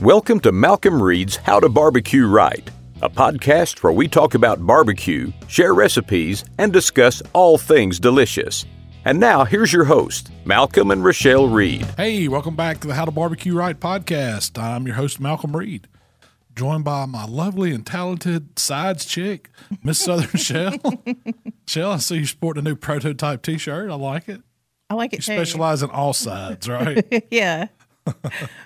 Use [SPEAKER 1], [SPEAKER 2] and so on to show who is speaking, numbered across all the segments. [SPEAKER 1] Welcome to Malcolm Reed's How to Barbecue Right, a podcast where we talk about barbecue, share recipes, and discuss all things delicious. And now here's your host, Malcolm and Rochelle Reed.
[SPEAKER 2] Hey, welcome back to the How to Barbecue Right podcast. I'm your host, Malcolm Reed, joined by my lovely and talented sides chick, Miss Southern Shell. Shell, I see you sporting a new prototype t shirt. I like it.
[SPEAKER 3] I like it
[SPEAKER 2] You
[SPEAKER 3] too.
[SPEAKER 2] specialize in all sides, right?
[SPEAKER 3] yeah.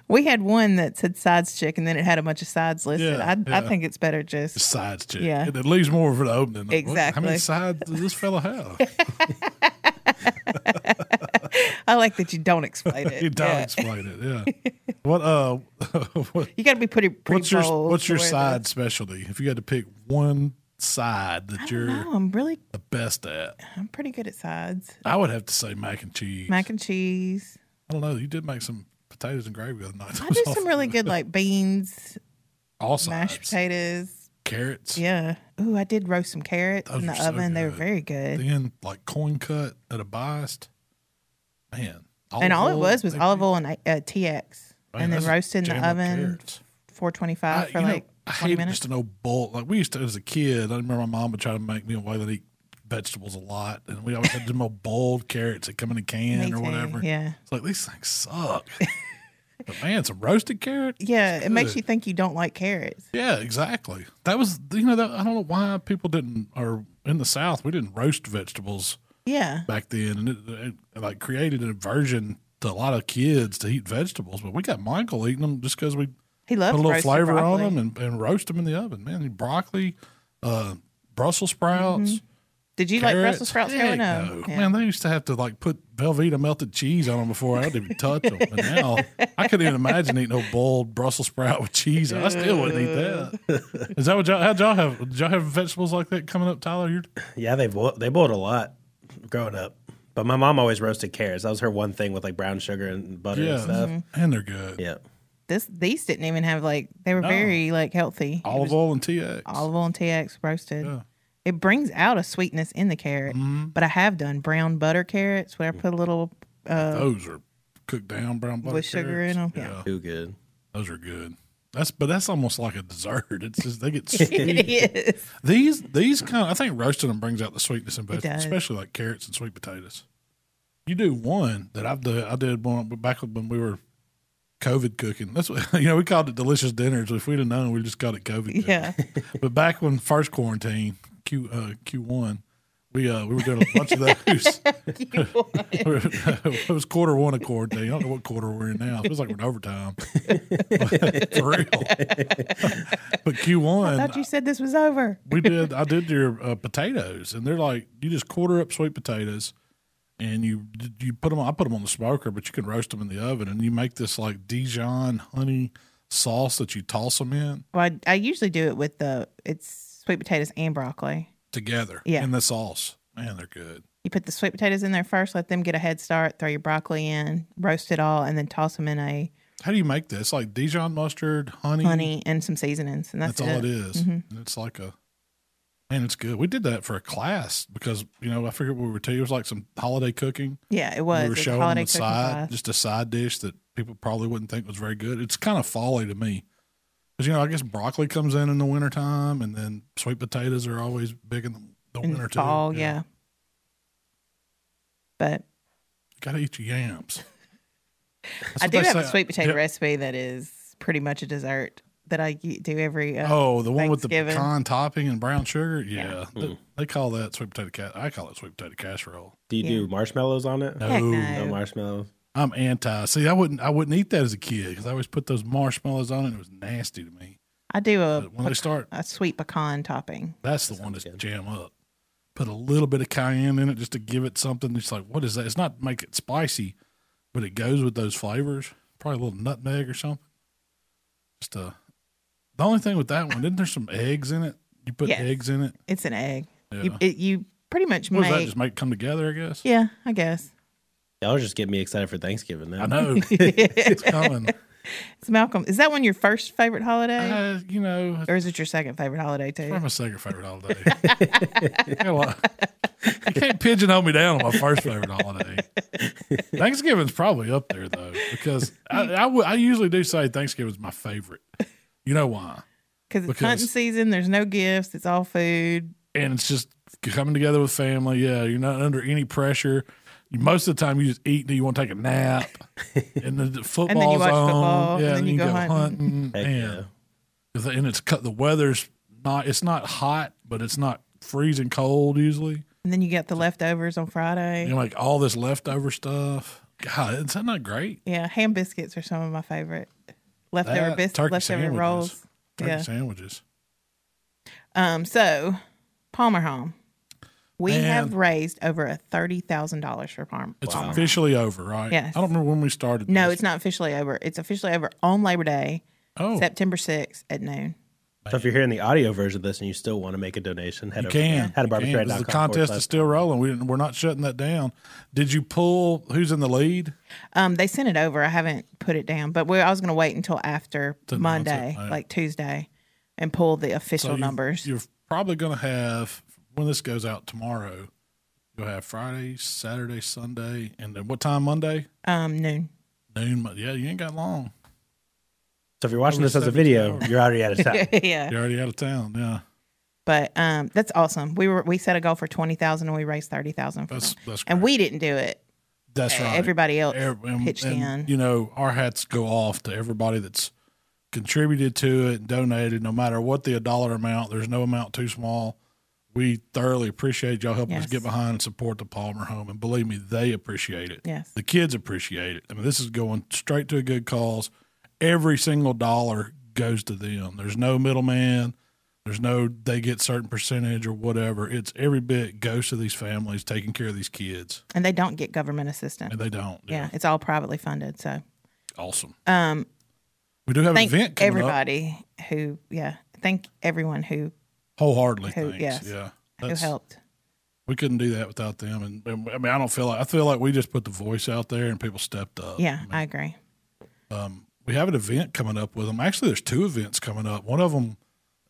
[SPEAKER 3] we had one that said sides chick and then it had a bunch of sides listed.
[SPEAKER 2] Yeah,
[SPEAKER 3] I, I
[SPEAKER 2] yeah.
[SPEAKER 3] think it's better just
[SPEAKER 2] sides chick.
[SPEAKER 3] Yeah.
[SPEAKER 2] It, it leaves more for the opening. Like, what- How many
[SPEAKER 3] Exactly.
[SPEAKER 2] sides does this fella have?
[SPEAKER 3] I like that you don't explain it.
[SPEAKER 2] You don't
[SPEAKER 3] Yeah.
[SPEAKER 2] explain it. Yeah. What, uh, what,
[SPEAKER 3] You got to be pretty pretty
[SPEAKER 2] what's your,
[SPEAKER 3] bold
[SPEAKER 2] what's
[SPEAKER 3] to
[SPEAKER 2] your
[SPEAKER 3] wear
[SPEAKER 2] side
[SPEAKER 3] those.
[SPEAKER 2] specialty? If you had to pick one side that you're
[SPEAKER 3] No, Oh, I'm really
[SPEAKER 2] the best at,
[SPEAKER 3] I'm pretty good at sides.
[SPEAKER 2] I would have to say mac and cheese.
[SPEAKER 3] Mac and cheese.
[SPEAKER 2] I don't know. You did make some potatoes and gravy the other night.
[SPEAKER 3] I do some really good like beans,
[SPEAKER 2] awesome
[SPEAKER 3] mashed potatoes.
[SPEAKER 2] carrots.
[SPEAKER 3] Yeah. Ooh, I did roast some carrots
[SPEAKER 2] Those
[SPEAKER 3] in
[SPEAKER 2] are
[SPEAKER 3] the
[SPEAKER 2] so
[SPEAKER 3] oven. They were
[SPEAKER 2] good.
[SPEAKER 3] very good.
[SPEAKER 2] Then like corn cut at a biased. Man.
[SPEAKER 3] and all it
[SPEAKER 2] olive
[SPEAKER 3] was was
[SPEAKER 2] oil,
[SPEAKER 3] olive oil and uh, TX,
[SPEAKER 2] Man,
[SPEAKER 3] and then
[SPEAKER 2] that's a
[SPEAKER 3] roasted in
[SPEAKER 2] jam
[SPEAKER 3] the
[SPEAKER 2] with
[SPEAKER 3] oven,
[SPEAKER 2] carrots.
[SPEAKER 3] four twenty
[SPEAKER 2] I,
[SPEAKER 3] five for
[SPEAKER 2] you know,
[SPEAKER 3] like
[SPEAKER 2] I
[SPEAKER 3] twenty
[SPEAKER 2] hate
[SPEAKER 3] minutes.
[SPEAKER 2] just an old bowl. Like we used to as a kid. I remember my mom would try to make me a way that eat vegetables a lot, and we always had them old boiled carrots that come in a
[SPEAKER 3] Me
[SPEAKER 2] can or
[SPEAKER 3] too,
[SPEAKER 2] whatever.
[SPEAKER 3] Yeah.
[SPEAKER 2] It's like these things suck. but man, some roasted carrot.
[SPEAKER 3] Yeah, it makes
[SPEAKER 2] good.
[SPEAKER 3] you think you don't like carrots.
[SPEAKER 2] Yeah, exactly. That was you know that I don't know why people didn't or in the South we didn't roast vegetables
[SPEAKER 3] Yeah.
[SPEAKER 2] back then, and it, it, like created an aversion to a lot of kids to eat vegetables. But we got Michael eating them just because we
[SPEAKER 3] He
[SPEAKER 2] put
[SPEAKER 3] loves
[SPEAKER 2] a little
[SPEAKER 3] roasted
[SPEAKER 2] flavor on
[SPEAKER 3] broccoli.
[SPEAKER 2] them and, and roast them in the oven. Man, broccoli, uh, Brussels sprouts.
[SPEAKER 3] Did you like Brussels sprouts
[SPEAKER 2] carrots.
[SPEAKER 3] growing
[SPEAKER 2] Heck
[SPEAKER 3] up?
[SPEAKER 2] no.
[SPEAKER 3] Yeah.
[SPEAKER 2] Man, they used to have to like put Velveeta melted cheese on them before I'd even touch them. And now I couldn't even imagine eating no boiled Brussels sprout with cheese. I still wouldn't eat that. Is that what y'all? How'd y'all have? Did y'all have vegetables like that coming up, Tyler? You're,
[SPEAKER 4] Yeah, they boiled, they boiled a lot growing up. But my mom always roasted carrots. That was her one thing with like brown sugar and butter
[SPEAKER 2] yeah,
[SPEAKER 4] and stuff.
[SPEAKER 3] Mm-hmm.
[SPEAKER 2] and they're good.
[SPEAKER 4] Yeah.
[SPEAKER 3] This these didn't even have like they were
[SPEAKER 2] No.
[SPEAKER 3] very like healthy. It
[SPEAKER 2] Olive
[SPEAKER 3] was
[SPEAKER 2] oil and TX.
[SPEAKER 3] olive oil and TX roasted.
[SPEAKER 2] Yeah. Mm-hmm.
[SPEAKER 3] It brings out a sweetness in the carrot. But I have done brown butter carrots where I put a little uh,
[SPEAKER 2] Those are cooked down brown butter
[SPEAKER 3] with sugar in
[SPEAKER 2] carrots.
[SPEAKER 3] 'em, yeah.
[SPEAKER 4] Too good.
[SPEAKER 2] those are good. That's but that's almost like a dessert. It's just they get
[SPEAKER 3] it
[SPEAKER 2] sweet.
[SPEAKER 3] is.
[SPEAKER 2] these these kind of I think roasting them brings out the sweetness in vegetables,
[SPEAKER 3] does.
[SPEAKER 2] especially like carrots and sweet potatoes. You do one that I've done. I did one back when we were COVID cooking. That's what you know we called it delicious dinners. If we'd have known, we just called it COVID. Cooking.
[SPEAKER 3] Yeah.
[SPEAKER 2] But back when first quarantine Q uh, Q one, we uh, we were doing a bunch of those. it was quarter one of quarantine. I don't know what quarter we're in now. It feels like we're in overtime. For real. but Q
[SPEAKER 3] I
[SPEAKER 2] one,
[SPEAKER 3] thought you said this was over.
[SPEAKER 2] we did. I did your uh, potatoes, and they're like you just quarter up sweet potatoes, and you you put them. I put them on the smoker, but you can roast them in the oven, and you make this like Dijon honey sauce that you toss them in
[SPEAKER 3] Well, I, I usually do it with the it's sweet potatoes and broccoli.
[SPEAKER 2] together.
[SPEAKER 3] Yeah.
[SPEAKER 2] in the sauce. Man, they're good.
[SPEAKER 3] You put the sweet potatoes in there first, let them get a head start, throw your broccoli in, roast it all, and then toss them in a
[SPEAKER 2] How do you make this? Like Dijon mustard, honey.
[SPEAKER 3] honey and some seasonings. And that's,
[SPEAKER 2] Mm.
[SPEAKER 3] Mm-hmm.
[SPEAKER 2] That's, all it is. And it's like a, man, it's good. We did that for a class because you know I figured we were too. It was like some holiday cooking.
[SPEAKER 3] Yeah, it was.
[SPEAKER 2] we
[SPEAKER 3] It
[SPEAKER 2] were
[SPEAKER 3] was
[SPEAKER 2] showing them
[SPEAKER 3] holiday
[SPEAKER 2] the
[SPEAKER 3] cooking
[SPEAKER 2] side,
[SPEAKER 3] class.
[SPEAKER 2] just a side dish that people probably wouldn't think was very good. It's kind of folly to me because you know I guess broccoli comes in in the wintertime, and then sweet potatoes are always big in the, the
[SPEAKER 3] in
[SPEAKER 2] winter
[SPEAKER 3] the fall,
[SPEAKER 2] too.
[SPEAKER 3] yeah. But
[SPEAKER 2] gotta eat your yams. That's
[SPEAKER 3] I
[SPEAKER 2] what
[SPEAKER 3] do
[SPEAKER 2] they
[SPEAKER 3] have a
[SPEAKER 2] say.
[SPEAKER 3] sweet potato
[SPEAKER 2] Yeah.
[SPEAKER 3] recipe that is pretty much a dessert that I y- do every. Uh,
[SPEAKER 2] Oh, the one with the
[SPEAKER 3] Thanksgiving.
[SPEAKER 2] pecan topping and brown sugar. Yeah, They, they call that sweet potato cat. I call it sweet potato casserole.
[SPEAKER 4] Do you do marshmallows on it?
[SPEAKER 2] no.
[SPEAKER 3] heck
[SPEAKER 4] No
[SPEAKER 3] no.
[SPEAKER 4] marshmallows.
[SPEAKER 2] I'm anti. See, I wouldn't. I wouldn't eat that as a kid because I always put those marshmallows on it. and It was nasty to me.
[SPEAKER 3] I do a,
[SPEAKER 2] But when they
[SPEAKER 3] peca-
[SPEAKER 2] start,
[SPEAKER 3] a sweet pecan topping.
[SPEAKER 2] that's the one that's jam up. Put a little bit of cayenne in it just to give it something. It's like, what is that? It's not make it spicy, but it goes with those flavors. Probably a little nutmeg or something. Just uh, the only thing with that one, isn't there some eggs in it? You put
[SPEAKER 3] Yes.
[SPEAKER 2] eggs in it.
[SPEAKER 3] It's an egg. You,
[SPEAKER 2] Yeah.
[SPEAKER 3] it, you pretty much
[SPEAKER 2] What does that
[SPEAKER 3] make.
[SPEAKER 2] just make it come together? I guess.
[SPEAKER 3] Yeah, I guess.
[SPEAKER 4] Y'all just get me excited for Thanksgiving now.
[SPEAKER 2] I know it's coming.
[SPEAKER 3] It's Malcolm. Is that one your first favorite holiday?
[SPEAKER 2] Uh, you know,
[SPEAKER 3] or is it your second favorite holiday too?
[SPEAKER 2] Probably my second favorite holiday. I got a lot- you can't pigeonhole me down on my first favorite holiday. Thanksgiving's probably up there though because I I would- I usually do say Thanksgiving's my favorite. You know why?
[SPEAKER 3] Because it's
[SPEAKER 2] Because-
[SPEAKER 3] hunting season, there's no gifts, it's all food.
[SPEAKER 2] And it's just coming together with family. Yeah, you're not under any pressure. You- Most of the time, you just eat. and You want to take a nap, and the, the football's
[SPEAKER 3] then you watch
[SPEAKER 2] on.
[SPEAKER 3] football, and
[SPEAKER 2] yeah,
[SPEAKER 3] then you go hunting.
[SPEAKER 2] hunting.
[SPEAKER 4] Heck
[SPEAKER 2] Man. The- and it's cut. The weather's not. It's not hot, but it's not freezing cold usually.
[SPEAKER 3] And then you get the leftovers on Friday.
[SPEAKER 2] You know, like all this leftover stuff. God, is that not great?
[SPEAKER 3] Yeah, ham biscuits are some of my favorite. Leftover
[SPEAKER 2] That,
[SPEAKER 3] biscuits,
[SPEAKER 2] turkey
[SPEAKER 3] leftover
[SPEAKER 2] sandwiches.
[SPEAKER 3] rolls.
[SPEAKER 2] Turkey
[SPEAKER 3] yeah.
[SPEAKER 2] sandwiches.
[SPEAKER 3] Um, so Palmer Home. We
[SPEAKER 2] Man.
[SPEAKER 3] have raised over a thirty thousand dollars for Palmer.
[SPEAKER 2] It's
[SPEAKER 3] Palmer.
[SPEAKER 2] officially over, right?
[SPEAKER 3] Yes.
[SPEAKER 2] I don't remember when we started.
[SPEAKER 3] No,
[SPEAKER 2] this.
[SPEAKER 3] it's not officially over. It's officially over on Labor Day,
[SPEAKER 2] Oh,
[SPEAKER 3] September sixth at noon.
[SPEAKER 4] So if you're hearing the audio version of this and you still want to make a donation, head
[SPEAKER 2] you
[SPEAKER 4] over
[SPEAKER 2] can.
[SPEAKER 4] head to
[SPEAKER 2] You can, 'cause The
[SPEAKER 4] barbecueradio.com forward
[SPEAKER 2] contest
[SPEAKER 4] slash-
[SPEAKER 2] is still rolling. We didn't, we're not shutting that down. Did you pull who's in the lead?
[SPEAKER 3] Um, they sent it over. I haven't put it down, but we I was going to wait until after
[SPEAKER 2] To announce it,
[SPEAKER 3] Monday,
[SPEAKER 2] right.
[SPEAKER 3] like Tuesday, and pull the official
[SPEAKER 2] you-
[SPEAKER 3] numbers.
[SPEAKER 2] You're probably going to have when this goes out tomorrow. You'll have Friday, Saturday, Sunday, and then what time Monday?
[SPEAKER 3] Um, noon.
[SPEAKER 2] Noon. Mon- Yeah, you ain't got long.
[SPEAKER 4] So if you're watching this as a
[SPEAKER 2] Seventy
[SPEAKER 4] video,
[SPEAKER 2] hours.
[SPEAKER 4] you're already out of time.
[SPEAKER 3] yeah.
[SPEAKER 2] You're already out of town. Yeah,
[SPEAKER 3] But um, that's awesome. We were we set a goal for twenty thousand and we raised thirty thousand.
[SPEAKER 2] that's that's
[SPEAKER 3] And
[SPEAKER 2] great.
[SPEAKER 3] we didn't do it.
[SPEAKER 2] that's right.
[SPEAKER 3] Everybody else
[SPEAKER 2] Ev- and-
[SPEAKER 3] Uh, pitched
[SPEAKER 2] and,
[SPEAKER 3] in.
[SPEAKER 2] You know, our hats go off to everybody that's contributed to it, donated, no matter what the dollar amount. There's no amount too small. We thoroughly appreciate y'all helping us
[SPEAKER 3] Yes.
[SPEAKER 2] get behind and support the Palmer Home, and believe me, they appreciate it.
[SPEAKER 3] Yes.
[SPEAKER 2] the kids appreciate it. I mean, this is going straight to a good cause. Every single dollar goes to them. There's no middleman. There's no they get certain percentage or whatever. It's every bit goes to these families taking care of these kids,
[SPEAKER 3] And they don't get government assistance.
[SPEAKER 2] and they don't.
[SPEAKER 3] yeah. it's all privately funded. So
[SPEAKER 2] awesome.
[SPEAKER 3] um,
[SPEAKER 2] We do have an
[SPEAKER 3] thank
[SPEAKER 2] event coming up.
[SPEAKER 3] everybody who, yeah, thank everyone who
[SPEAKER 2] Wholeheartedly,
[SPEAKER 3] Who-
[SPEAKER 2] thanks.
[SPEAKER 3] yes.
[SPEAKER 2] Yeah,
[SPEAKER 3] who
[SPEAKER 2] That's-
[SPEAKER 3] helped.
[SPEAKER 2] We couldn't do that without them. And, and, I mean, I don't feel like I feel like we just put the voice out there and people stepped up.
[SPEAKER 3] Yeah, I agree.
[SPEAKER 2] we have an event coming up with them. Actually, there's two events coming up. One of them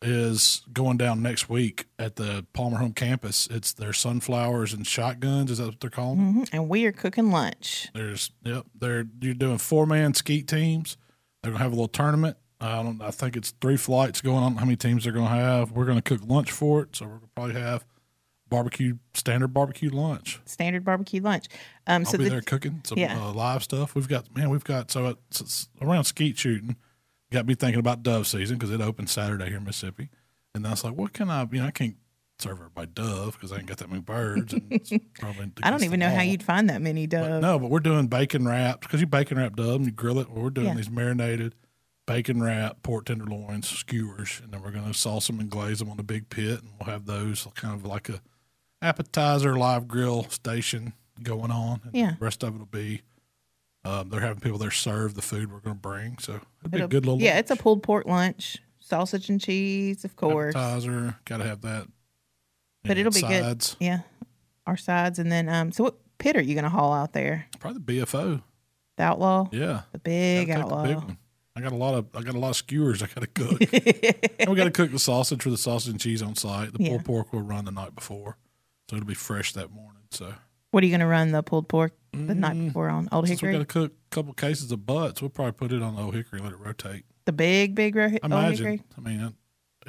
[SPEAKER 2] is going down next week at the Palmer Home campus. It's their sunflowers and shotguns. Is that what they're calling? them?
[SPEAKER 3] hmm And we are cooking lunch.
[SPEAKER 2] There's yep. They're you're doing four man skeet teams. They're gonna have a little tournament. I don't. I think it's three flights going on. How many teams they're gonna have? We're gonna cook lunch for it, so we're gonna probably have barbecue standard barbecue lunch.
[SPEAKER 3] standard barbecue lunch. Um,
[SPEAKER 2] I'll
[SPEAKER 3] so
[SPEAKER 2] be
[SPEAKER 3] the,
[SPEAKER 2] there cooking some
[SPEAKER 3] yeah.
[SPEAKER 2] uh, live stuff. We've got man, we've got so it's, it's around skeet shooting. Got me thinking about dove season because it opens Saturday here in Mississippi, and I was like, what can I? You know, I can't serve everybody dove because I ain't got that many birds. And it's probably
[SPEAKER 3] I don't
[SPEAKER 2] against
[SPEAKER 3] even
[SPEAKER 2] the
[SPEAKER 3] know how
[SPEAKER 2] law.
[SPEAKER 3] you'd find that many
[SPEAKER 2] But
[SPEAKER 3] doves.
[SPEAKER 2] no, but we're doing bacon wrapped because you bacon wrap dove and you grill it. We're doing
[SPEAKER 3] Yeah.
[SPEAKER 2] these marinated bacon wrap pork tenderloins skewers, and then we're going to sauce them and glaze them on the big pit, and we'll have those kind of like a appetizer live grill station going on. And
[SPEAKER 3] Yeah.
[SPEAKER 2] the rest of it will be. Um, they're having people there serve the food we're going to bring, so it'll be a
[SPEAKER 3] It'll-
[SPEAKER 2] good little
[SPEAKER 3] yeah, it's a
[SPEAKER 2] lunch.
[SPEAKER 3] pulled pork lunch, sausage and cheese, of course.
[SPEAKER 2] appetizer. Got to have that.
[SPEAKER 3] But
[SPEAKER 2] And
[SPEAKER 3] it'll be good.
[SPEAKER 2] sides.
[SPEAKER 3] Yeah, our sides, and then um, so what pit are you gonna haul out there?
[SPEAKER 2] Probably the BFO.
[SPEAKER 3] The outlaw,
[SPEAKER 2] Yeah.
[SPEAKER 3] the big
[SPEAKER 2] Gotta take the
[SPEAKER 3] outlaw.
[SPEAKER 2] big one. I got a lot of I got a lot of skewers I got to cook. and we got to cook the sausage for the sausage and cheese on site. The
[SPEAKER 3] Yeah.
[SPEAKER 2] pulled pork will run the night before, so it'll be fresh that morning. So
[SPEAKER 3] What are you gonna run the pulled pork the night before on Old
[SPEAKER 2] Mm. since we got to
[SPEAKER 3] Hickory?
[SPEAKER 2] cook a couple cases of butts, we'll probably put it on the old hickory and let it rotate.
[SPEAKER 3] The big, big ro-
[SPEAKER 2] I
[SPEAKER 3] Old
[SPEAKER 2] imagine.
[SPEAKER 3] Hickory.
[SPEAKER 2] I mean, it,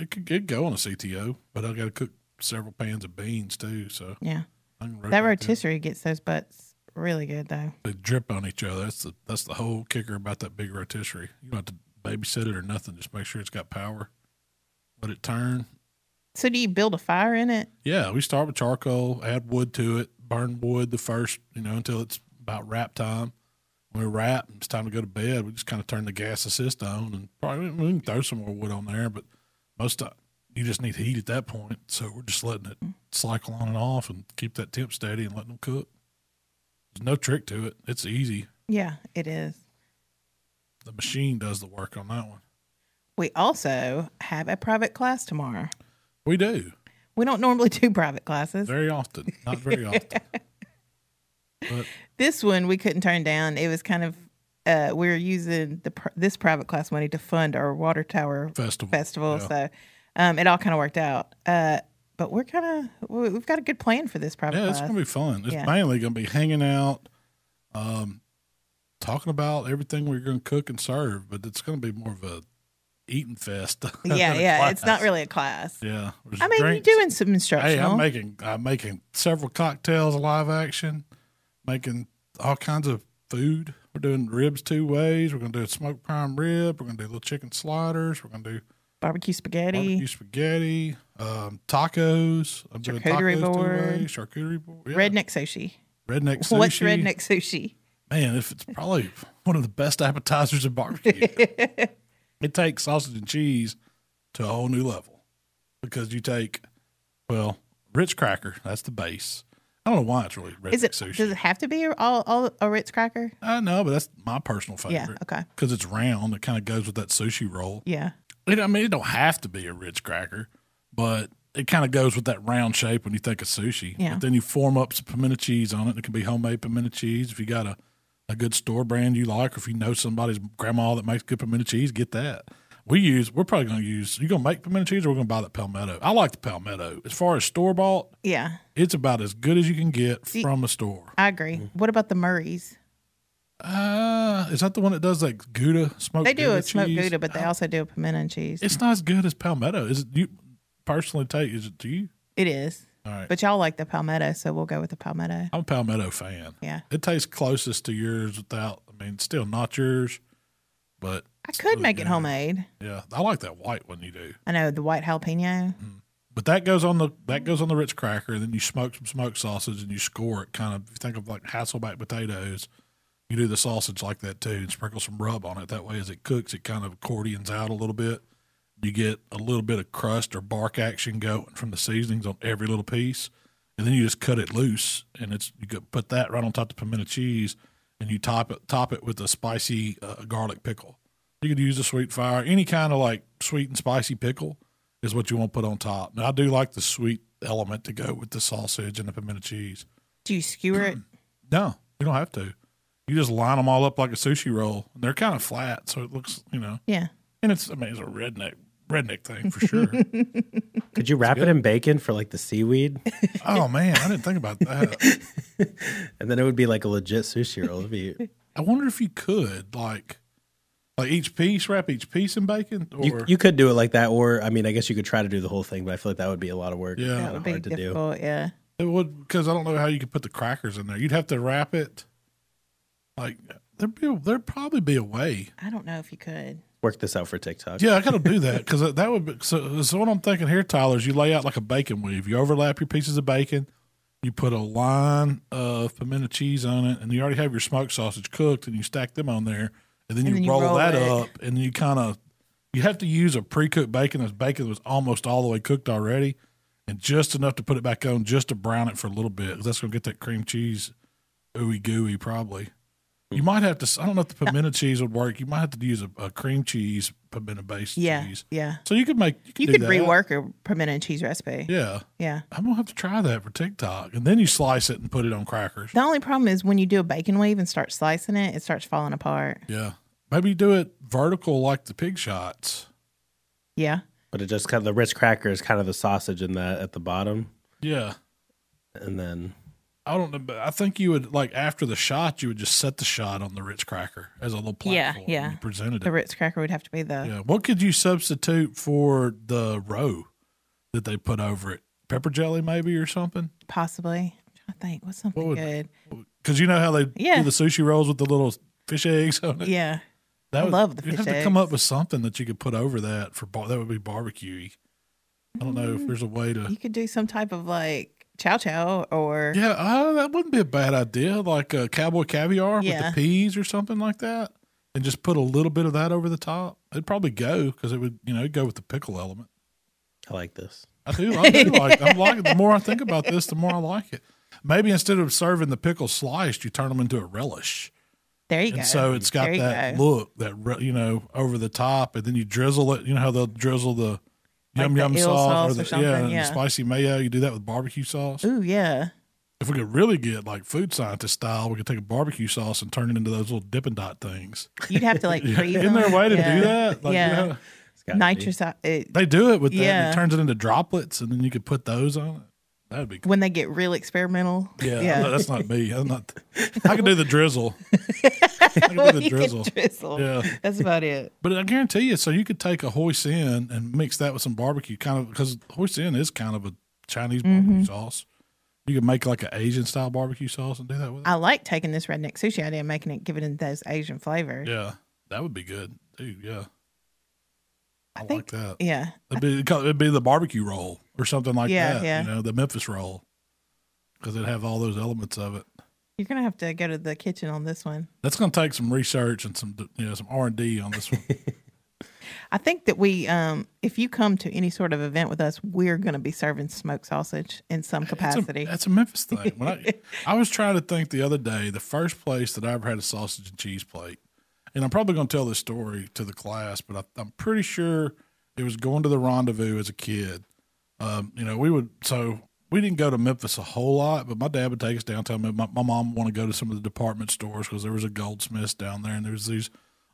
[SPEAKER 2] it could it'd go on a CTO, but I got to cook several pans of beans too. So
[SPEAKER 3] Yeah,
[SPEAKER 2] I can rotate
[SPEAKER 3] that rotisserie gets those butts really good though.
[SPEAKER 2] They drip on each other. That's the that's the whole kicker about that big rotisserie. You don't have to babysit it or nothing. Just make sure it's got power. Let it turn.
[SPEAKER 3] So do you build a fire in it?
[SPEAKER 2] Yeah, we start with charcoal, add wood to it, burn wood the first, you know, until it's about wrap time. When we wrap, it's time to go to bed. We just kind of turn the gas assist on and probably we can throw some more wood on there, but most of you just need heat at that point. So we're just letting it cycle on and off and keep that temp steady and letting them cook. There's no trick to it. It's easy.
[SPEAKER 3] Yeah, it is.
[SPEAKER 2] The machine does the work on that one.
[SPEAKER 3] We also have a private class tomorrow.
[SPEAKER 2] We do
[SPEAKER 3] We don't normally do private classes.
[SPEAKER 2] very often, not very often. But
[SPEAKER 3] This one we couldn't turn down. It was kind of uh, we were using the pr- this private class money to fund our water tower
[SPEAKER 2] festival.
[SPEAKER 3] festival,
[SPEAKER 2] yeah.
[SPEAKER 3] so um, it all kind of worked out. Uh, but we're kind of we- we've got a good plan for this private
[SPEAKER 2] Yeah, it's
[SPEAKER 3] class.
[SPEAKER 2] gonna be fun. It's
[SPEAKER 3] Yeah.
[SPEAKER 2] mainly gonna be hanging out, um, talking about everything we're going to cook and serve, but it's going to be more of a eating fest. than
[SPEAKER 3] yeah,
[SPEAKER 2] a
[SPEAKER 3] yeah. It's not
[SPEAKER 2] class.
[SPEAKER 3] really a class.
[SPEAKER 2] Yeah.
[SPEAKER 3] I mean, you're doing some
[SPEAKER 2] Hey,
[SPEAKER 3] instructional.
[SPEAKER 2] I'm making I'm making several cocktails, live action, making all kinds of food. We're doing ribs two ways. We're gonna do a smoked prime rib. We're gonna do little chicken sliders. We're gonna do
[SPEAKER 3] Barbecue spaghetti.
[SPEAKER 2] barbecue spaghetti, um, tacos. I'm doing
[SPEAKER 3] Charcuterie
[SPEAKER 2] tacos
[SPEAKER 3] board.
[SPEAKER 2] two ways. Charcuterie board. yeah.
[SPEAKER 3] Redneck sushi.
[SPEAKER 2] redneck sushi.
[SPEAKER 3] What's redneck sushi?
[SPEAKER 2] Man, if it's probably one of the best appetizers in barbecue. it takes sausage and cheese to a whole new level because you take, well, Ritz cracker. That's the base. I don't know why it's really redneck
[SPEAKER 3] Is it?
[SPEAKER 2] sushi.
[SPEAKER 3] Does it have to be a- all, all a Ritz cracker?
[SPEAKER 2] I know, but that's my personal
[SPEAKER 3] Yeah.
[SPEAKER 2] favorite.
[SPEAKER 3] Okay.
[SPEAKER 2] Because it's round, it kind of goes with that sushi roll.
[SPEAKER 3] Yeah.
[SPEAKER 2] It, I mean, it don't have to be a Ritz cracker, but it kind of goes with that round shape when you think of sushi.
[SPEAKER 3] Yeah.
[SPEAKER 2] But then you form up some pimento cheese on it. and It can be homemade pimento cheese. If you got a, a good store brand you like, or if you know somebody's grandma that makes good pimento cheese, get that. We use, we're probably going to use, you going to make pimento cheese or we're going to buy that palmetto? I like the palmetto. As far as store bought,
[SPEAKER 3] Yeah.
[SPEAKER 2] it's about as good as you can get
[SPEAKER 3] See-
[SPEAKER 2] from a store.
[SPEAKER 3] I agree.
[SPEAKER 2] Mm.
[SPEAKER 3] What about the Murrays?
[SPEAKER 2] Uh, is that the one that does like Gouda smoked
[SPEAKER 3] They do
[SPEAKER 2] Gouda
[SPEAKER 3] a smoked
[SPEAKER 2] cheese?
[SPEAKER 3] gouda, but they also do a pimento and cheese.
[SPEAKER 2] It's not as good as palmetto. Is it you personally take? Is it do you?
[SPEAKER 3] It is.
[SPEAKER 2] All right.
[SPEAKER 3] But y'all like the palmetto, so we'll go with the palmetto.
[SPEAKER 2] I'm a palmetto fan.
[SPEAKER 3] Yeah.
[SPEAKER 2] It tastes closest to yours without. I mean, it's still not yours, but
[SPEAKER 3] I could make it homemade.
[SPEAKER 2] yeah, I like that white one you do.
[SPEAKER 3] I know the white jalapeno.
[SPEAKER 2] Mm-hmm. But that goes on the that goes on the Ritz cracker, and then you smoke some smoked sausage and you score it. Kind of if you think of like Hasselback potatoes. You do the sausage like that too, and sprinkle some rub on it. That way, as it cooks, it kind of accordions out a little bit. You get a little bit of crust or bark action going from the seasonings on every little piece, and then you just cut it loose, and it's you could put that right on top of pimento cheese, and you top it top it with a spicy uh, garlic pickle. You could use a sweet fire, any kind of like sweet and spicy pickle is what you want to put on top. Now I do like the sweet element to go with the sausage and the pimento cheese.
[SPEAKER 3] Do you skewer it?
[SPEAKER 2] No, you don't have to. You just line them all up like a sushi roll. They're kind of flat, so it looks, you know,
[SPEAKER 3] Yeah.
[SPEAKER 2] and it's I mean it's a redneck redneck thing for sure.
[SPEAKER 4] Could you wrap it in bacon for like the seaweed?
[SPEAKER 2] oh man, I didn't think about that.
[SPEAKER 4] And then it would be like a legit sushi roll. It'd be,
[SPEAKER 2] I wonder if you could like like each piece wrap each piece in bacon or
[SPEAKER 4] you, you could do it like that, or I mean, I guess you could try to do the whole thing, but I feel like that would be a lot of work.
[SPEAKER 2] Yeah.
[SPEAKER 3] That would be
[SPEAKER 4] hard to do.
[SPEAKER 3] difficult. Yeah.
[SPEAKER 2] it would because I don't know how you could put the crackers in there. You'd have to wrap it like there'd be there'd probably be a way.
[SPEAKER 3] I don't know if you could.
[SPEAKER 4] Work this out for TikTok.
[SPEAKER 2] Yeah, I gotta do that because that would be so. So what I'm thinking here, Tyler, is you lay out like a bacon weave. You overlap your pieces of bacon. You put a line of pimento cheese on it, and you already have your smoked sausage cooked, and you stack them on there, and then, you,
[SPEAKER 3] then you
[SPEAKER 2] roll
[SPEAKER 3] roll
[SPEAKER 2] that
[SPEAKER 3] it.
[SPEAKER 2] up, and you kind of you have to use a pre-cooked bacon. This bacon was almost all the way cooked already, and just enough to put it back on, just to brown it for a little bit. 'cause That's gonna get that cream cheese ooey gooey, probably. You might have to. I don't know if the pimento cheese would work. You might have to use a, a cream cheese pimento based
[SPEAKER 3] Yeah.
[SPEAKER 2] cheese.
[SPEAKER 3] Yeah.
[SPEAKER 2] So you could make.
[SPEAKER 3] You
[SPEAKER 2] do
[SPEAKER 3] could
[SPEAKER 2] that.
[SPEAKER 3] rework a pimento and cheese recipe. Yeah.
[SPEAKER 2] Yeah, I'm gonna have to try that for TikTok, and then you slice it and put it on crackers.
[SPEAKER 3] The only problem is when you do a bacon weave and start slicing it, it starts falling apart.
[SPEAKER 2] Yeah, maybe do it vertical like the pig shots.
[SPEAKER 3] Yeah.
[SPEAKER 4] But it just kind of the Ritz cracker is kind of the sausage in that at the bottom,
[SPEAKER 2] Yeah,
[SPEAKER 4] and then
[SPEAKER 2] I don't know. But I think you would like after the shot, you would just set the shot on the Ritz cracker as a little
[SPEAKER 3] Yeah,
[SPEAKER 2] platform.
[SPEAKER 3] yeah.
[SPEAKER 2] and You presented
[SPEAKER 3] The
[SPEAKER 2] it.
[SPEAKER 3] Ritz cracker would have to be the.
[SPEAKER 2] Yeah. What could you substitute for the roe that they put over it? Pepper jelly, maybe, or something.
[SPEAKER 3] Possibly. I'm trying to think. What's something
[SPEAKER 2] What would-
[SPEAKER 3] good?
[SPEAKER 2] Because you know how they
[SPEAKER 3] Yeah.
[SPEAKER 2] do the sushi rolls with the little fish eggs on it.
[SPEAKER 3] Yeah.
[SPEAKER 2] That
[SPEAKER 3] I
[SPEAKER 2] would,
[SPEAKER 3] love the
[SPEAKER 2] You'd
[SPEAKER 3] fish
[SPEAKER 2] have to come up with something that you could put over that for bar- that would be barbecue. I don't know if there's a way to.
[SPEAKER 3] Mm. You could do some type of like chow chow or.
[SPEAKER 2] Yeah, uh, that wouldn't be a bad idea. Like a cowboy caviar
[SPEAKER 3] Yeah.
[SPEAKER 2] with the peas or something like that, and just put a little bit of that over the top. It'd probably go because it would, you know, it'd go with the pickle element.
[SPEAKER 4] I like this.
[SPEAKER 2] I do, I do like. I'm liking. The more I think about this, the more I like it. Maybe instead of serving the pickle sliced, you turn them into a relish.
[SPEAKER 3] There you go.
[SPEAKER 2] And so it's got
[SPEAKER 3] There you
[SPEAKER 2] that
[SPEAKER 3] go.
[SPEAKER 2] look that re- you know over the top, and then you drizzle it. You know how they'll drizzle the yum
[SPEAKER 3] the
[SPEAKER 2] yum
[SPEAKER 3] eel
[SPEAKER 2] sauce,
[SPEAKER 3] sauce or something,
[SPEAKER 2] yeah, and
[SPEAKER 3] yeah.
[SPEAKER 2] the spicy mayo. You do that with barbecue sauce.
[SPEAKER 3] Ooh, yeah.
[SPEAKER 2] If we could really get like food scientist style, we could take a barbecue sauce and turn it into those little dippin' dot things.
[SPEAKER 3] You'd have to like pre
[SPEAKER 2] Isn't there a way to
[SPEAKER 3] yeah.
[SPEAKER 2] do that? Like,
[SPEAKER 3] yeah.
[SPEAKER 2] yeah,
[SPEAKER 4] It's gotta be.
[SPEAKER 3] Nitrous. uh, It,
[SPEAKER 2] they do it with that. and
[SPEAKER 3] Yeah.
[SPEAKER 2] It turns it into droplets, and then you could put those on it. That'd be cool.
[SPEAKER 3] when they get real experimental.
[SPEAKER 2] Yeah, no, that's not me. I'm not. I can do the drizzle. I can do the
[SPEAKER 3] When you get
[SPEAKER 2] drizzle.
[SPEAKER 3] drizzle.
[SPEAKER 2] Yeah.
[SPEAKER 3] That's about it.
[SPEAKER 2] But I guarantee you, so you could take a hoisin and mix that with some barbecue, kind of because hoisin is kind of a Chinese barbecue
[SPEAKER 3] Mm-hmm.
[SPEAKER 2] sauce. You could make like an Asian style barbecue sauce and do that with it.
[SPEAKER 3] I like taking this redneck sushi idea and making it, giving it those Asian flavors.
[SPEAKER 2] yeah, that would be good, dude. Yeah, I,
[SPEAKER 3] think-
[SPEAKER 2] like that.
[SPEAKER 3] Yeah.
[SPEAKER 2] It'd be, it'd be the barbecue roll or something like
[SPEAKER 3] Yeah,
[SPEAKER 2] that.
[SPEAKER 3] yeah.
[SPEAKER 2] You know, the Memphis roll because it'd have all those elements of it.
[SPEAKER 3] You're going to have to go to the kitchen on this one.
[SPEAKER 2] That's going to take some research and some you know some R and D on this one.
[SPEAKER 3] I think that we, um, if you come to any sort of event with us, we're going to be serving smoked sausage in some capacity.
[SPEAKER 2] That's a Memphis thing. When I, I was trying to think the other day, the first place that I ever had a sausage and cheese plate, and I'm probably going to tell this story to the class, but I, I'm pretty sure it was going to the rendezvous as a kid. Um, you know, we would, so we didn't go to Memphis a whole lot, but my dad would take us downtown. My, my mom wanted to go to some of the department stores because there was a goldsmith's down there and there was these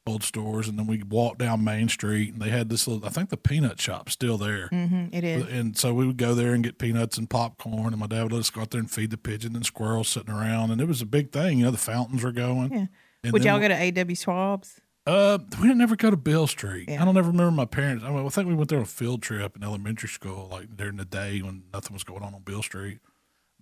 [SPEAKER 2] old stores. And then we walked down Main Street and they had this little, I think the peanut shop's still there.
[SPEAKER 3] Mhm, it is.
[SPEAKER 2] And so we would go there and get peanuts and popcorn, and my dad would let us go out there and feed the pigeon and squirrels sitting around, and it was a big thing. You know, the fountains were going.
[SPEAKER 3] Yeah.
[SPEAKER 2] And
[SPEAKER 3] Would
[SPEAKER 2] then
[SPEAKER 3] y'all go to A.W. Schwab's?
[SPEAKER 2] Uh, we didn't ever go to Bill Street.
[SPEAKER 3] Yeah.
[SPEAKER 2] I don't ever remember my parents. I, mean, I think we went there on a field trip in elementary school, like during the day when nothing was going on on Bill Street.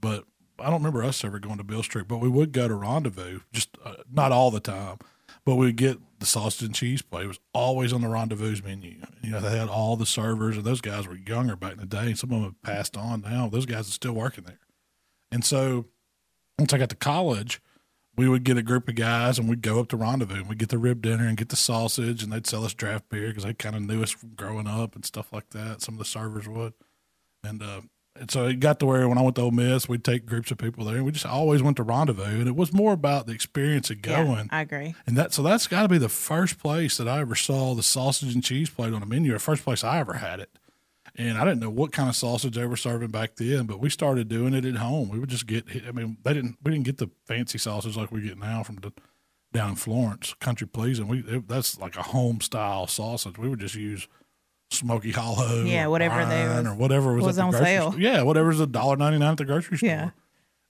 [SPEAKER 2] But I don't remember us ever going to Bill Street. But we would go to Rendezvous, just uh, not all the time. But we'd get the sausage and cheese plate. It was always on the Rendezvous menu. You know, they had all the servers, and those guys were younger back in the day. And some of them have passed on now. Those guys are still working there. And so once I got to college, we would get a group of guys and we'd go up to Rendezvous and we'd get the rib dinner and get the sausage and they'd sell us draft beer because they kind of knew us from growing up and stuff like that. Some of the servers would. And, uh, and so it got to where when I went to Ole Miss, we'd take groups of people there and we just always went to Rendezvous. And it was more about the experience of
[SPEAKER 3] Yeah,
[SPEAKER 2] going.
[SPEAKER 3] I agree.
[SPEAKER 2] and that, so that's got to be the first place that I ever saw the sausage and cheese plate on a menu, or first place I ever had it. And I didn't know what kind of sausage they were serving back then, but we started doing it at home. We would just get, I mean, they didn't, we didn't get the fancy sausage like we get now from the, down in Florence, Country Pleasing. We, it, that's like a home style sausage. We would just use Smoky Hollow.
[SPEAKER 3] Yeah,
[SPEAKER 2] or
[SPEAKER 3] whatever they
[SPEAKER 2] brine
[SPEAKER 3] was-
[SPEAKER 2] or whatever was,
[SPEAKER 3] was
[SPEAKER 2] at the
[SPEAKER 3] on
[SPEAKER 2] grocery
[SPEAKER 3] sale.
[SPEAKER 2] Store. Yeah, whatever's a dollar ninety nine at the grocery store.
[SPEAKER 3] Yeah.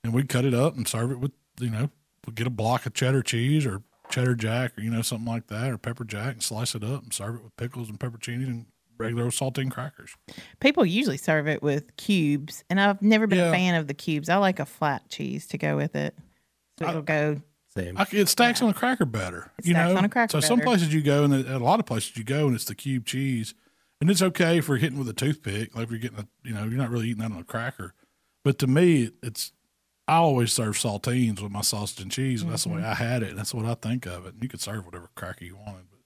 [SPEAKER 2] And we'd cut it up and serve it with, you know, we'd get a block of cheddar cheese or cheddar jack or, you know, something like that or pepper jack and slice it up and serve it with pickles and pepperoncini and regular old saltine crackers.
[SPEAKER 3] People usually serve it with cubes, and I've never been
[SPEAKER 2] Yeah.
[SPEAKER 3] a fan of the cubes. I like a flat cheese to go with it. So it'll go.
[SPEAKER 4] Same.
[SPEAKER 2] I, c- it stacks on a cracker better.
[SPEAKER 3] It
[SPEAKER 2] you
[SPEAKER 3] stacks
[SPEAKER 2] know?
[SPEAKER 3] on a cracker
[SPEAKER 2] So some
[SPEAKER 3] batter.
[SPEAKER 2] places you go and at a lot of places you go and it's the cube cheese, and it's okay for hitting with a toothpick. Like if you're getting a, you know, you're not really eating that on a cracker. But to me, it's I always serve saltines with my sausage and cheese, and that's the
[SPEAKER 3] Mm-hmm.
[SPEAKER 2] way I had it. and That's what I think of it. And you could serve whatever cracker you wanted, but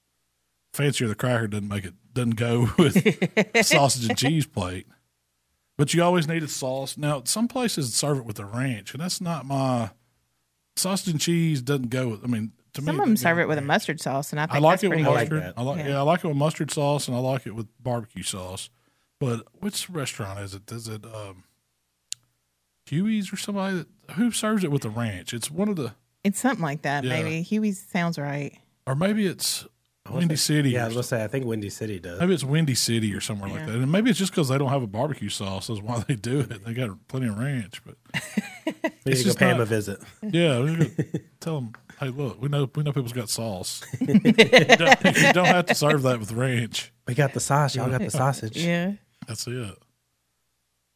[SPEAKER 2] fancier the cracker doesn't make it doesn't go with a sausage and cheese plate. But you always need a sauce. Now, some places serve it with a ranch, and that's not my sausage and cheese doesn't go with. I mean, to me,
[SPEAKER 3] Some of them serve it with a mustard sauce, and I think
[SPEAKER 2] I like
[SPEAKER 3] that's
[SPEAKER 2] it with
[SPEAKER 3] pretty
[SPEAKER 4] like
[SPEAKER 3] good.
[SPEAKER 2] mustard.
[SPEAKER 4] that.
[SPEAKER 2] I like yeah.
[SPEAKER 3] Yeah.
[SPEAKER 2] I like it with mustard sauce, and I like it with barbecue sauce. But which restaurant is it? Is it um, Huey's or somebody that who serves it with the ranch? It's one of the,
[SPEAKER 3] It's something like that,
[SPEAKER 2] Yeah.
[SPEAKER 3] maybe. Huey's sounds right.
[SPEAKER 2] or maybe it's
[SPEAKER 4] I wanna
[SPEAKER 2] Windy
[SPEAKER 4] say-
[SPEAKER 2] City.
[SPEAKER 4] Yeah, I
[SPEAKER 2] or
[SPEAKER 4] was gonna say I think Windy City does.
[SPEAKER 2] Maybe it's Windy City or somewhere like
[SPEAKER 3] Yeah.
[SPEAKER 2] that. And maybe it's just because they don't have a barbecue sauce. That's why they do it. They got plenty of ranch. But
[SPEAKER 4] we
[SPEAKER 2] it's
[SPEAKER 4] need to go
[SPEAKER 2] just
[SPEAKER 4] pay him
[SPEAKER 2] not-
[SPEAKER 4] a visit.
[SPEAKER 2] yeah, we're gonna tell them, hey, look, we know we know people's got sauce. you, don't, you don't have to serve that with ranch.
[SPEAKER 4] We got the sauce. Y'all got the sausage.
[SPEAKER 3] Yeah.
[SPEAKER 2] That's it.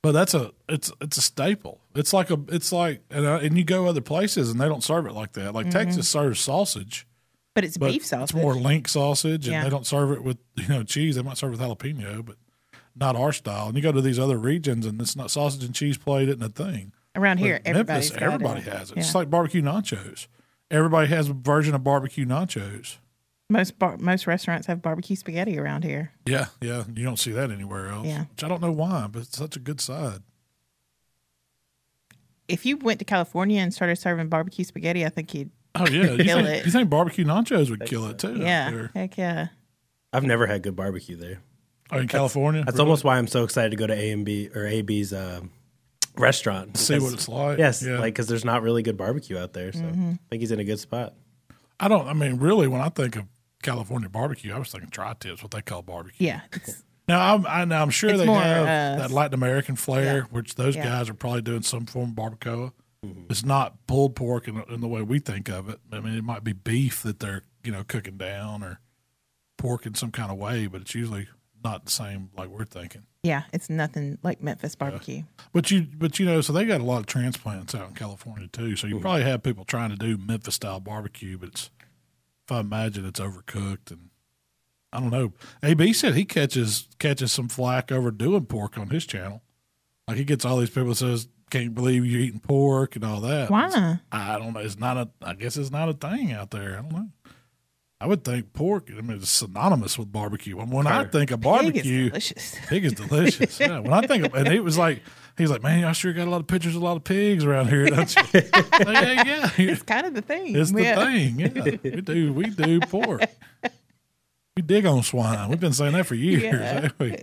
[SPEAKER 2] But that's a it's it's a staple. It's like a it's like and, I, and you go other places and they don't serve it like that. Like Texas serves sausage,
[SPEAKER 3] But it's
[SPEAKER 2] but
[SPEAKER 3] beef
[SPEAKER 2] it's
[SPEAKER 3] sausage.
[SPEAKER 2] more link sausage, and
[SPEAKER 3] Yeah.
[SPEAKER 2] they don't serve it with you know cheese. They might serve it with jalapeno, but not our style. And you go to these other regions, and it's not sausage and cheese plate isn't a thing.
[SPEAKER 3] Around here,
[SPEAKER 2] But
[SPEAKER 3] everybody's got
[SPEAKER 2] everybody
[SPEAKER 3] it.
[SPEAKER 2] has it.
[SPEAKER 3] Yeah.
[SPEAKER 2] It's like barbecue nachos. Everybody has a version of barbecue nachos.
[SPEAKER 3] most bar- most restaurants have barbecue spaghetti around here.
[SPEAKER 2] Yeah, yeah. You don't see that anywhere else.
[SPEAKER 3] Yeah.
[SPEAKER 2] Which I don't know why, but it's such a good side.
[SPEAKER 3] If you went to California and started serving barbecue spaghetti, I think you'd
[SPEAKER 2] Oh yeah, you,
[SPEAKER 3] Kill
[SPEAKER 2] think,
[SPEAKER 3] it.
[SPEAKER 2] you think barbecue nachos would kill it too? out
[SPEAKER 3] yeah,
[SPEAKER 2] there.
[SPEAKER 3] heck yeah.
[SPEAKER 4] I've never had good barbecue there.
[SPEAKER 2] Oh, in California,
[SPEAKER 4] That's
[SPEAKER 2] Really?
[SPEAKER 4] almost why I'm so excited to go to A and B or AB's um, restaurant.
[SPEAKER 2] see
[SPEAKER 4] because-
[SPEAKER 2] what it's like.
[SPEAKER 4] Yes,
[SPEAKER 2] yeah. Mm-hmm.
[SPEAKER 4] like because there's not really good barbecue out there, so I think he's in a good spot.
[SPEAKER 2] I don't. I mean, really, when I think of California barbecue, I was thinking tri-tips, what they call barbecue.
[SPEAKER 3] Yeah, it's
[SPEAKER 2] Now I'm I, now I'm sure
[SPEAKER 3] It's
[SPEAKER 2] they
[SPEAKER 3] more,
[SPEAKER 2] have
[SPEAKER 3] uh,
[SPEAKER 2] that Latin American flair,
[SPEAKER 3] yeah.
[SPEAKER 2] which those
[SPEAKER 3] Yeah.
[SPEAKER 2] guys are probably doing some form of barbacoa. It's not pulled pork in, in the way we think of it. I mean, it might be beef that they're you know cooking down or pork in some kind of way, but it's usually not the same like we're thinking.
[SPEAKER 3] Yeah, it's nothing like Memphis barbecue.
[SPEAKER 2] But you but you know, so they got a lot of transplants out in California too. So you probably have people trying to do Memphis style barbecue, but it's if I imagine it's overcooked and I don't know. AB said he catches catches some flack over doing pork on his channel. Like he gets all these people that says can't believe you're eating pork and all that.
[SPEAKER 3] Why?
[SPEAKER 2] I don't know. It's not a. I guess it's not a thing out there. I don't know. I would think pork. I mean, it's synonymous with barbecue. And when I think of
[SPEAKER 3] Pig is
[SPEAKER 2] barbecue,
[SPEAKER 3] delicious.
[SPEAKER 2] Pig is delicious. Yeah. When I think of and it was like he's like, Man, I sure got a lot of pictures of a lot of pigs around here, don't you? Like, yeah, yeah.
[SPEAKER 3] It's kind of the thing.
[SPEAKER 2] It's the
[SPEAKER 3] Yeah.
[SPEAKER 2] thing. Yeah. We do we do pork. We dig on swine. We've been saying that for years.
[SPEAKER 3] Yeah.
[SPEAKER 2] Yeah, we?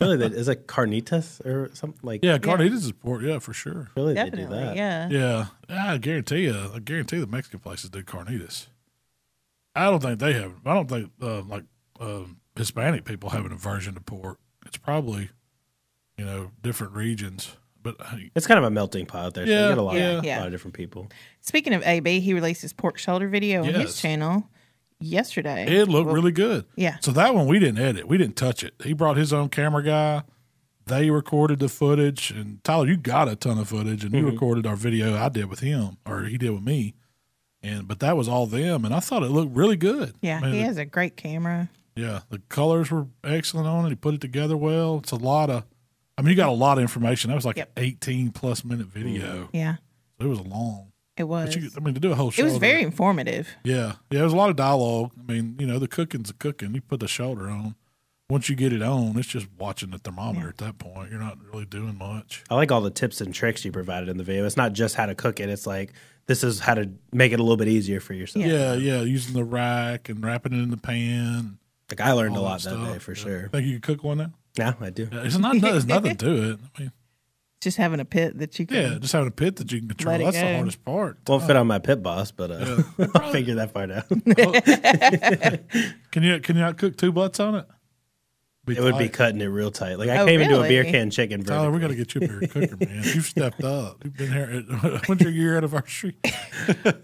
[SPEAKER 4] Really, that is like carnitas or something like.
[SPEAKER 2] yeah carnitas is pork, yeah, for sure.
[SPEAKER 4] really, they do
[SPEAKER 3] Definitely.
[SPEAKER 4] that.
[SPEAKER 3] Yeah.
[SPEAKER 2] Yeah. I guarantee you I guarantee the Mexican places do carnitas. I don't think they have I don't think uh, like um Hispanic people have an aversion to pork. It's probably, you know, different regions. But hey,
[SPEAKER 4] It's kind of a melting pot out there. So
[SPEAKER 2] Yeah,
[SPEAKER 4] you get a lot,
[SPEAKER 3] yeah,
[SPEAKER 4] of,
[SPEAKER 3] yeah.
[SPEAKER 4] lot of different people.
[SPEAKER 3] Speaking of AB, he released his pork shoulder video on his
[SPEAKER 2] Yes.
[SPEAKER 3] channel yesterday.
[SPEAKER 2] It looked really good.
[SPEAKER 3] Yeah.
[SPEAKER 2] So that one we didn't edit. We didn't touch it. He brought his own camera guy. They recorded the footage, and Tyler, you got a ton of footage, and
[SPEAKER 3] Mm-hmm.
[SPEAKER 2] you recorded our video I did with him, or he did with me, and but that was all them, and I thought it looked really good.
[SPEAKER 3] Yeah,
[SPEAKER 2] I mean,
[SPEAKER 3] he
[SPEAKER 2] the-
[SPEAKER 3] has a great camera.
[SPEAKER 2] yeah, the colors were excellent on it. He put it together well. It's a lot of, I mean, you got a lot of information. That was like
[SPEAKER 3] Yep.
[SPEAKER 2] an eighteen plus minute video.
[SPEAKER 3] Yeah,
[SPEAKER 2] It was long,
[SPEAKER 3] it was.
[SPEAKER 2] but you, I mean, to do a whole
[SPEAKER 3] it was
[SPEAKER 2] shoulder-
[SPEAKER 3] very informative.
[SPEAKER 2] yeah, yeah. There's a lot of dialogue. I mean, you know, the cooking's the cooking. You put the shoulder on. Once you get it on, it's just watching the thermometer at that point. You're not really doing much.
[SPEAKER 4] I like all the tips and tricks you provided in the video. It's not just how to cook it. It's like this is how to make it a little bit easier for yourself.
[SPEAKER 2] Yeah, yeah. using the rack and wrapping it in the pan.
[SPEAKER 4] Like I learned a lot that
[SPEAKER 2] stuff.
[SPEAKER 4] day for
[SPEAKER 2] Yeah.
[SPEAKER 4] sure.
[SPEAKER 2] Think you could cook one now?
[SPEAKER 4] Yeah, I do.
[SPEAKER 2] Yeah, it's not. There's nothing to it. I mean,
[SPEAKER 3] Just having a pit that you
[SPEAKER 2] yeah,
[SPEAKER 3] can.
[SPEAKER 2] just having a pit that you can control.
[SPEAKER 3] Let it
[SPEAKER 2] That's the
[SPEAKER 3] go.
[SPEAKER 2] hardest part.
[SPEAKER 4] Won't fit on my pit boss, but uh, I'll figure that part out. it
[SPEAKER 2] Can you can you not cook two butts on it? Be
[SPEAKER 4] would be
[SPEAKER 2] tight.
[SPEAKER 4] cutting it real tight. Like I
[SPEAKER 3] Oh,
[SPEAKER 4] came into a beer
[SPEAKER 3] really?
[SPEAKER 4] can chicken.
[SPEAKER 2] Tyler,
[SPEAKER 4] Vertically.
[SPEAKER 2] we got to get you a bigger cooker, man. You've stepped up. You've been here. At, when's your year anniversary?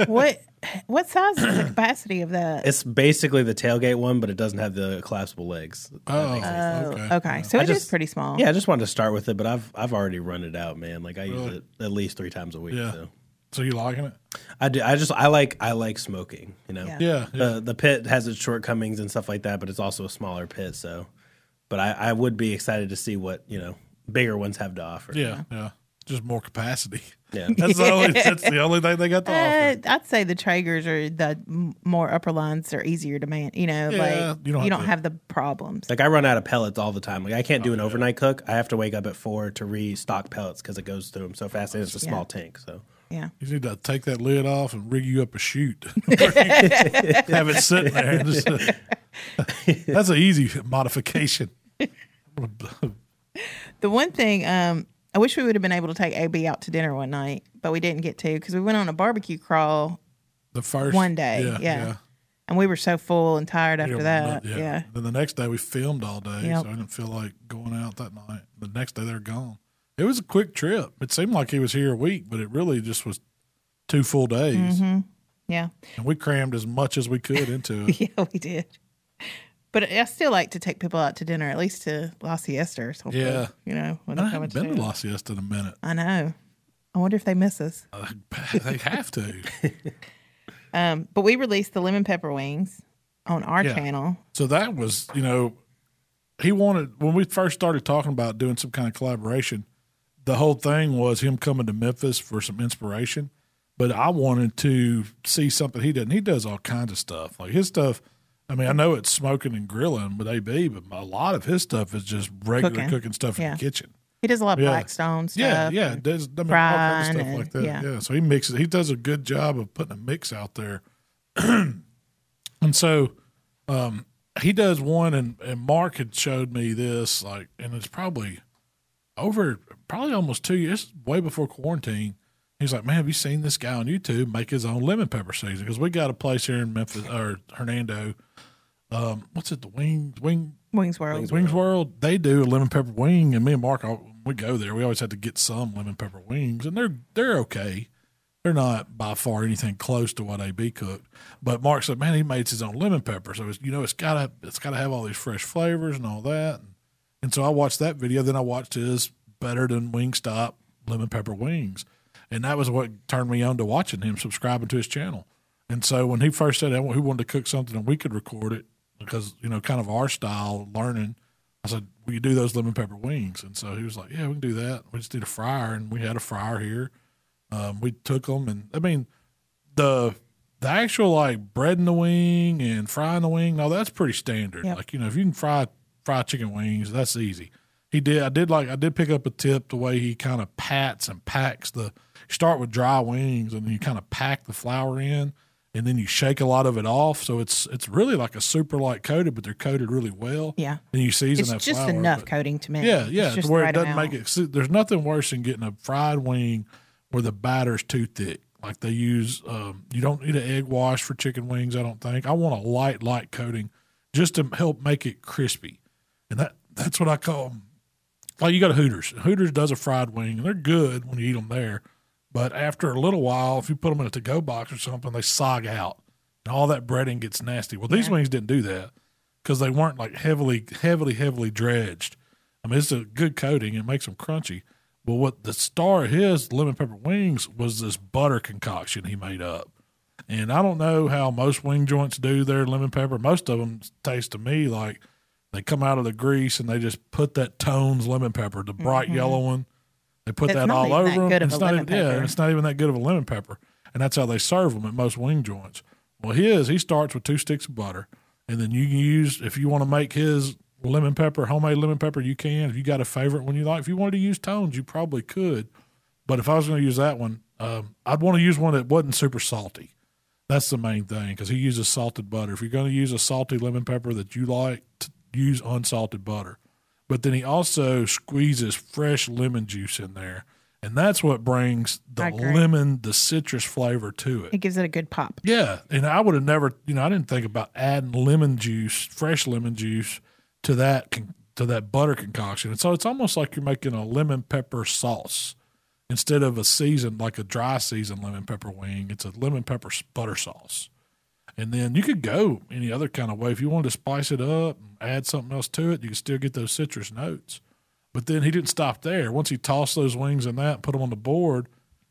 [SPEAKER 3] What what size is the capacity of that?
[SPEAKER 4] It's basically the tailgate one, but it doesn't have the collapsible legs.
[SPEAKER 2] Oh,
[SPEAKER 3] Oh,
[SPEAKER 2] okay.
[SPEAKER 3] okay. So
[SPEAKER 4] I
[SPEAKER 3] it is
[SPEAKER 4] just-
[SPEAKER 3] pretty small.
[SPEAKER 4] Yeah, I just wanted to start with it, but I've I've already run it out, man. Like I use
[SPEAKER 2] Really?
[SPEAKER 4] it at least three times a week.
[SPEAKER 2] Yeah.
[SPEAKER 4] So
[SPEAKER 2] So you liking it?
[SPEAKER 4] I do. I just I like I like smoking. You know.
[SPEAKER 3] Yeah.
[SPEAKER 2] Yeah, yeah.
[SPEAKER 4] The the pit has its shortcomings and stuff like that, but it's also a smaller pit. So, but I I would be excited to see what you know bigger ones have to offer.
[SPEAKER 2] Yeah, yeah. Just more capacity.
[SPEAKER 4] Yeah.
[SPEAKER 2] That's the only that's the only thing they got to
[SPEAKER 3] Uh,
[SPEAKER 2] offer.
[SPEAKER 3] I'd say the Traegers are the m- more upper lines are easier to man. You know,
[SPEAKER 2] Yeah,
[SPEAKER 3] like
[SPEAKER 2] you don't
[SPEAKER 3] you don't,
[SPEAKER 2] have to-
[SPEAKER 3] have the problems.
[SPEAKER 4] Like I run out of pellets all the time. Like I
[SPEAKER 2] Oh,
[SPEAKER 4] can't do an overnight cook. I have to wake up at four to restock pellets because it goes through them so fast, and it's a small tank. So
[SPEAKER 3] yeah,
[SPEAKER 2] You need to take that lid off and rig you up a chute. Have it sitting there. and just, uh, that's an easy modification.
[SPEAKER 3] the one thing um, I wish we would have been able to take AB out to dinner one night, but we didn't get to because we went on a barbecue crawl
[SPEAKER 2] The first
[SPEAKER 3] one day. Yeah, and we were so full and tired after
[SPEAKER 2] Yeah,
[SPEAKER 3] that.
[SPEAKER 2] yeah.
[SPEAKER 3] yeah.
[SPEAKER 2] Then the next day we filmed all day,
[SPEAKER 3] Yep.
[SPEAKER 2] so I didn't feel like going out that night. The next day they're gone. It was a quick trip. It seemed like he was here a week, but it really just was two full days,
[SPEAKER 3] Mm-hmm. Yeah.
[SPEAKER 2] and we crammed as much as we could into it.
[SPEAKER 3] Yeah, we did. But I still like to take people out to dinner, at least to La Siesta or something.
[SPEAKER 2] Yeah.
[SPEAKER 3] You know, when
[SPEAKER 2] I
[SPEAKER 3] they come
[SPEAKER 2] haven't
[SPEAKER 3] into
[SPEAKER 2] been to
[SPEAKER 3] town.
[SPEAKER 2] La Siesta in a minute.
[SPEAKER 3] I know. I wonder if they miss us.
[SPEAKER 2] Uh, they have to.
[SPEAKER 3] Um, but we released the lemon pepper wings on our
[SPEAKER 2] Yeah.
[SPEAKER 3] channel.
[SPEAKER 2] So that was, you know, he wanted when we first started talking about doing some kind of collaboration. The whole thing was him coming to Memphis for some inspiration, but I wanted to see something he doesn't. He does all kinds of stuff. Like his stuff, I mean, I know it's smoking and grilling with AB, but a lot of his stuff is just regular
[SPEAKER 3] Cooking.
[SPEAKER 2] cooking, stuff in
[SPEAKER 3] Yeah.
[SPEAKER 2] the kitchen.
[SPEAKER 3] He does a lot of
[SPEAKER 2] Yeah.
[SPEAKER 3] Blackstone stuff.
[SPEAKER 2] Yeah, yeah,
[SPEAKER 3] and-
[SPEAKER 2] it does. I mean, all kinds of
[SPEAKER 3] brine
[SPEAKER 2] stuff
[SPEAKER 3] and-
[SPEAKER 2] like that. Yeah.
[SPEAKER 3] yeah.
[SPEAKER 2] so he mixes. He does a good job of putting a mix out there, and so um, he does one. And, and Mark had showed me this, like, and it's probably over, probably almost two years, way before quarantine. He's like, man, have you seen this guy on YouTube make his own lemon pepper season? Because we got a place here in Memphis or Hernando Um, what's it? The wing wing
[SPEAKER 3] Wings World.
[SPEAKER 4] Wings
[SPEAKER 2] Wings World, they do a lemon pepper wing, and me and Mark, al- we go there. We always had to get some lemon pepper wings, and they're they're okay. They're not by far anything close to what AB cooked. But Mark said, "Man, he made his own lemon pepper, so it's, you know it's gotta it's gotta have all these fresh flavors and all that." And so I watched that video. Then I watched his better than Wingstop lemon pepper wings, and that was what turned me on to watching him subscribing to his channel. And so when he first said that, he wanted to cook something and we could record it because you know kind of our style learning. I said, "Will you do those lemon pepper wings?" And so he was like, "Yeah, we can do that." We just did a fryer, and we had a fryer here. Um, we took them, and I mean, the the actual like bread in the wing and frying the wing, no, that's pretty standard.
[SPEAKER 3] Yep.
[SPEAKER 2] Like you know, if you can fry fry chicken wings, that's easy. He did. I did like I did pick up a tip the way he kind of pats and packs the. You start with dry wings, and then you kind of pack the flour in, and then you shake a lot of it off. So it's it's really like a super light coated, but they're coated really well.
[SPEAKER 3] Yeah.
[SPEAKER 2] And you season
[SPEAKER 3] It's
[SPEAKER 2] that
[SPEAKER 3] just
[SPEAKER 2] flour,
[SPEAKER 3] enough
[SPEAKER 2] but-
[SPEAKER 3] coating to me.
[SPEAKER 2] yeah,
[SPEAKER 3] It's
[SPEAKER 2] yeah, to
[SPEAKER 3] just
[SPEAKER 2] where
[SPEAKER 3] the
[SPEAKER 2] it
[SPEAKER 3] right
[SPEAKER 2] doesn't
[SPEAKER 3] amount.
[SPEAKER 2] make it. See, there's nothing worse than getting a fried wing where the batter's too thick. Like they use, um, you don't need an egg wash for chicken wings. I don't think. I want a light, light coating, just to help make it crispy, and that that's what I call. 'em. Like you got a Hooters. Hooters does a fried wing, and they're good when you eat them there. But after a little while, if you put them in a to-go box or something, they sog out, and all that breading gets nasty. Well, these wings didn't do that because they weren't like heavily, heavily, heavily dredged. I mean, it's a good coating; it makes them crunchy. But what the star of his lemon pepper wings was this butter concoction he made up, and I don't know how most wing joints do their lemon pepper. Most of them taste to me like they come out of the grease and they just put that tones lemon pepper, the bright yellow one. They put
[SPEAKER 3] It's
[SPEAKER 2] that
[SPEAKER 3] Mm-hmm. not
[SPEAKER 2] all over
[SPEAKER 3] even that
[SPEAKER 2] them.
[SPEAKER 3] good of
[SPEAKER 2] it's
[SPEAKER 3] a
[SPEAKER 2] not
[SPEAKER 3] lemon
[SPEAKER 2] even, yeah,
[SPEAKER 3] pepper.
[SPEAKER 2] it's not even that good of a lemon pepper, and that's how they serve them at most wing joints. Well, his he starts with two sticks of butter, and then you can use if you want to make his lemon pepper homemade lemon pepper, you can. If you got a favorite one you like, if you wanted to use tones, you probably could. But if I was going to use that one, um, I'd want to use one that wasn't super salty. That's the main thing because he uses salted butter. If you're going to use a salty lemon pepper that you like, t- use unsalted butter. But then he also squeezes fresh lemon juice in there, and that's what brings
[SPEAKER 3] I
[SPEAKER 2] the
[SPEAKER 3] agree.
[SPEAKER 2] lemon, the citrus flavor to it.
[SPEAKER 3] It gives it a good pop.
[SPEAKER 2] Yeah, and I would have never, you know, I didn't think about adding lemon juice, fresh lemon juice, to that con- to that butter concoction. And so it's almost like you're making a lemon pepper sauce instead of a seasoned, like a dry seasoned lemon pepper wing. It's a lemon pepper s- butter sauce, and then you could go any other kind of way if you wanted to spice it up and add something else to it. You could still get those citrus notes. But then he didn't stop there. Once he tossed those wings in that, put them on the board,